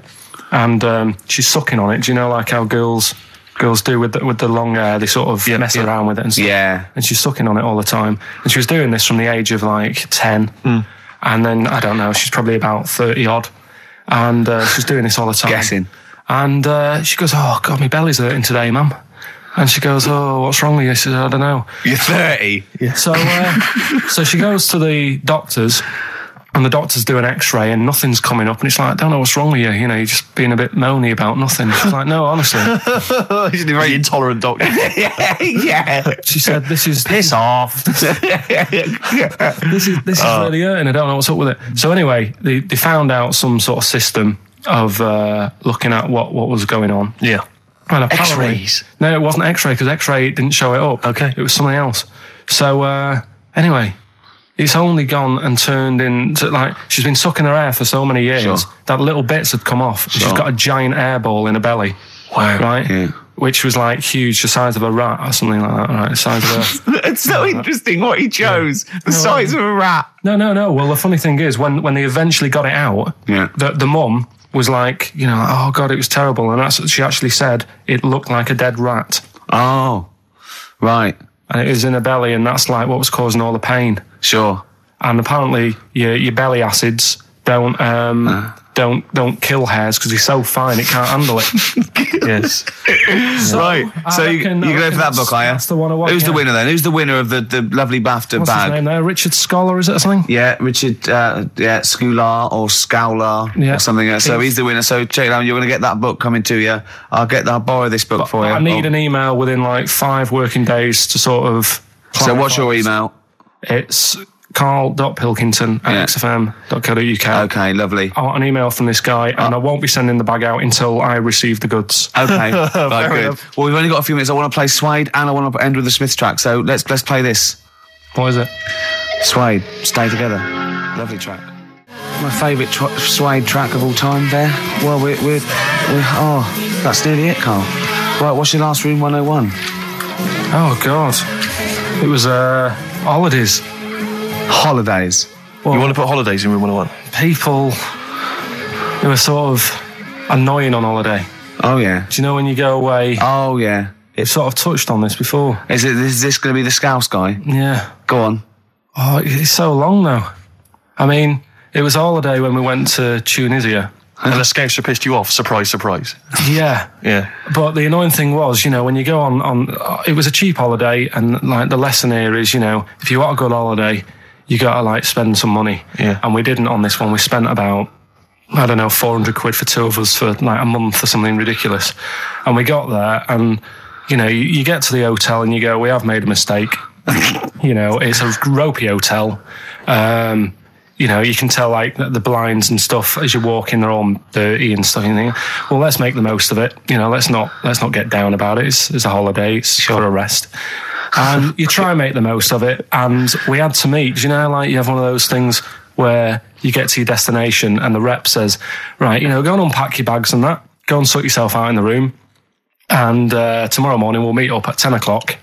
and um, she's sucking on it. Do you know like how girls girls do with the, with the long hair? They sort of mess around with it and stuff
Yeah.
and she's sucking on it all the time. And she was doing this from the age of like 10.
Hmm.
And then, I don't know, she's probably about 30 odd. And uh, she's doing this all the time.
Guessing.
And uh, she goes, Oh, God, my belly's hurting today, mum. And she goes, Oh, what's wrong with you? She says, I don't know.
You're 30.
So, uh, so she goes to the doctors and the doctors do an x-ray and nothing's coming up and it's like, I don't know what's wrong with you. You know, you're just being a bit moany about nothing. She's like, no, honestly.
He's a very intolerant doctor.
yeah.
She said, this is,
Piss off.
this is this is really hurting. I don't know what's up with it. So anyway, they, they found out some sort of system of uh, looking at what, what was going on.
yeah.
And apparently-
X-rays.
No, it wasn't X-ray because X-ray didn't show it up.
Okay.
it was something else. So uh, anyway, it's only gone and turned into like she's been sucking her air for so many years
Sure.
that little bits had come off. She's
Sure.
got a giant air ball in her belly.
Wow.
Right.
Yeah.
Which was like huge, the size of a rat or something like that. Right, the size of a
It's so interesting what he chose. The size of a rat.
No, no, no. Well, the funny thing is, when when they eventually got it out,
Yeah.
the, the mum was like, you know, oh god, it was terrible, and that's she actually said it looked like a dead rat,
Oh, right.
and it was in her belly, and that's like what was causing all the pain.
Sure.
And apparently, your your belly acids don't um
Uh.
don't don't kill hairs because they're so fine it can't handle it.
Yes.
right.
I
So you,
reckon- I
you go
reckon
for that book,
that's-
are you?
that's the one I want,
Who's the
yeah.
winner then? Who's the winner of the, the lovely BAFTA
What's
bag?
his name there? Richard Scholar, is it or something?
Yeah, Richard, uh, yeah, Scular or Scowler
Yeah.
or something. Else. So he's the winner. So check it out. You're going to get that book coming to you. I'll get. I'll borrow this book for you.
I need
Oh.
an email within like five working days to sort of.
So what's your e- email?
It's carl.pilkington at
Yeah.
xfm.co.uk.
Okay, lovely.
I want an email from this guy, and I won't be sending the bag out until I receive the goods.
Okay, right, good.
enough.
Well, we've only got a few minutes. I want to play Swade and I want to end with the Smiths track. So let's let's play this.
What is it?
Swade, stay together. Lovely track. My favourite tr- Swade track of all time. There. Well, we're, we're we're oh, that's nearly it, Carl. Right, what's your last room 101?
Oh God, it was uh, holidays.
Holidays.
you want to put holidays in room 101?
People, they were sort of annoying on holiday.
Oh yeah.
Do you know when you go away?
Oh yeah.
It sort of touched on this before.
Is it? Is this going to be the Scouse guy?
Yeah.
Go on.
Oh, it's so long though. I mean, it was holiday when we went to Tunisia.
And the scouser pissed you off. Surprise, surprise.
Yeah.
Yeah.
But the annoying thing was, you know, when you go on on, uh, it was a cheap holiday, and like the lesson here is, you know, if you want a good holiday, you gotta like spend some money.
Yeah.
And we didn't on this one. We spent about I don't know, four hundred quid for two of us for like a month or something ridiculous. And we got there, and you know, you, you get to the hotel and you go, we have made a mistake. you know, it's a ropey hotel. Um, you know, you can tell like the the blinds and stuff as you walk in, they're all dirty and stuff. And you think, well, let's make the most of it. You know, let's not let's not get down about it. It's, it's a holiday. It's for a rest. And you try and make the most of it. And we had to meet. You know, like you have one of those things where you get to your destination and the rep says, right, you know, go and unpack your bags and that. Go and sort yourself out in the room and uh, tomorrow morning we'll meet up at 10 o'clock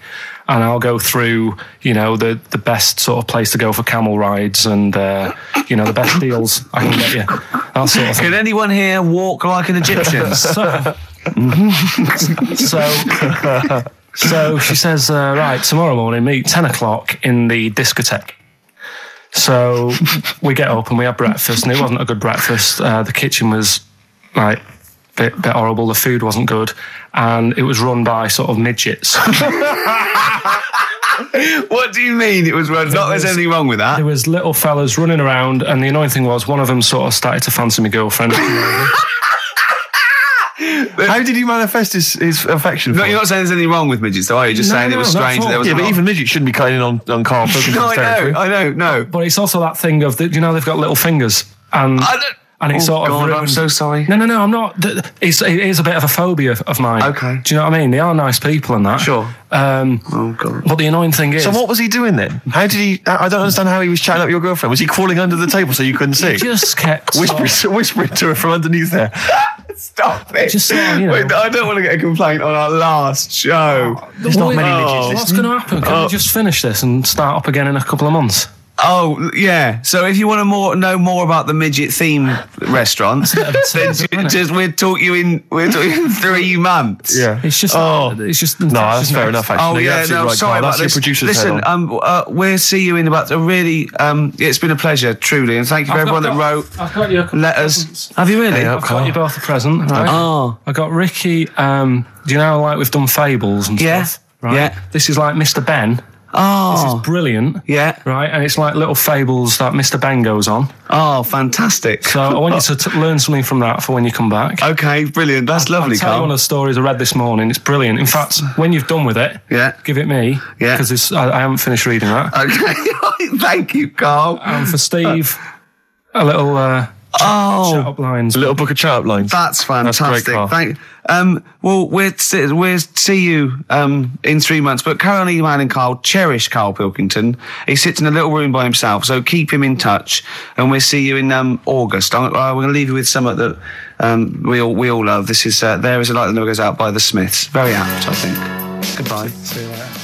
and I'll go through, you know, the, the best sort of place to go for camel rides and, uh, you know, the best deals I can get you. That sort of
Can
thing.
anyone here walk like an Egyptian?
So, so she says, uh, right, tomorrow morning, meet 10 o'clock in the discotheque. So we get up and we have breakfast, and it wasn't a good breakfast. Uh, the kitchen was like bit bit horrible. The food wasn't good, and it was run by sort of midgets.
what do you mean? It was wrong. Not there's anything wrong with that.
there was little fellas running around, and the annoying thing was one of them sort of started to fancy my girlfriend.
How did he manifest his, his affection?
No,
for
you're
her?
not saying there's anything wrong with midgets, though, are you? Just
No,
saying
no,
it was
that's
strange that
all.
there was.
yeah,
a
but
lot-
even midget shouldn't be claiming on, on Carl Pilkington's
No, I
territory.
know, I know, no.
but it's also that thing of that you know they've got little fingers, and
I don't-
and it's
Oh,
sort of
God, I'm
ruined-
so sorry.
No, no, no, I'm not. th- It's it is a bit of a phobia of mine.
Okay.
do you know what I mean? They are nice people and that.
Sure.
Um,
Oh God.
but the annoying thing is,
So what was he doing then? How did he? I I don't understand how he was chatting up your girlfriend. Was he crawling under the table so you couldn't see?
It just kept
Whispering, whispering to her from underneath there.
Stop it.
Just saying, you know.
Wait, I don't want to get a complaint on our last show.
There's
not many Oh. midgets,
What's going to happen? Can we just finish this and start up again in a couple of months?
Oh yeah. So if you want to more know more about the midget theme restaurants, then ju-
isn't it?
just we'll talk you in we'll talk you in three months.
It's just,
Oh.
it's just.
No, that's fair enough. Actually,
Oh
you're
yeah,
absolutely
no,
right,
sorry
Carl.
about
That's your
this.
producer's
Listen,
head on.
um, uh, we'll see you in about a really. Um, it's been a pleasure, truly, and thank you for
I've
everyone
got-
that wrote
I've got you.
letters. Have you really?
I've got you both a present. Right?
Oh.
I got Ricky. Um, do you know, like we've done fables and
Yeah,
stuff. Right?
yeah.
This is like Mr. Ben. This is
Oh,
brilliant.
Yeah.
Right? And it's like little fables that Mr. Ben goes on.
oh, fantastic.
So I want you to t- learn something from that for when you come back.
Okay, brilliant. That's lovely,
I'll tell you
Carl.
one of the stories I read this morning. It's brilliant. In fact, when you've done with it,
Yeah.
give it me.
Yeah.
Because I, I haven't finished reading that.
Okay, thank you, Carl.
and for Steve, a little uh, chat
Uh, Oh,
up lines.
A little book of chart lines.
that's fantastic.
Carl.
Thank. Um, well, we'll see, we'll see you um, in three months. But carry on emailing Carl. Cherish Carl Pilkington. He sits in a little room by himself, so keep him in touch. And we'll see you in um, August. I'm, uh, we're going to leave you with something that um, we all we all love. This is uh, "There Is a Light That Never Goes Out" by the Smiths. Very apt, I think. Goodbye.
See you later.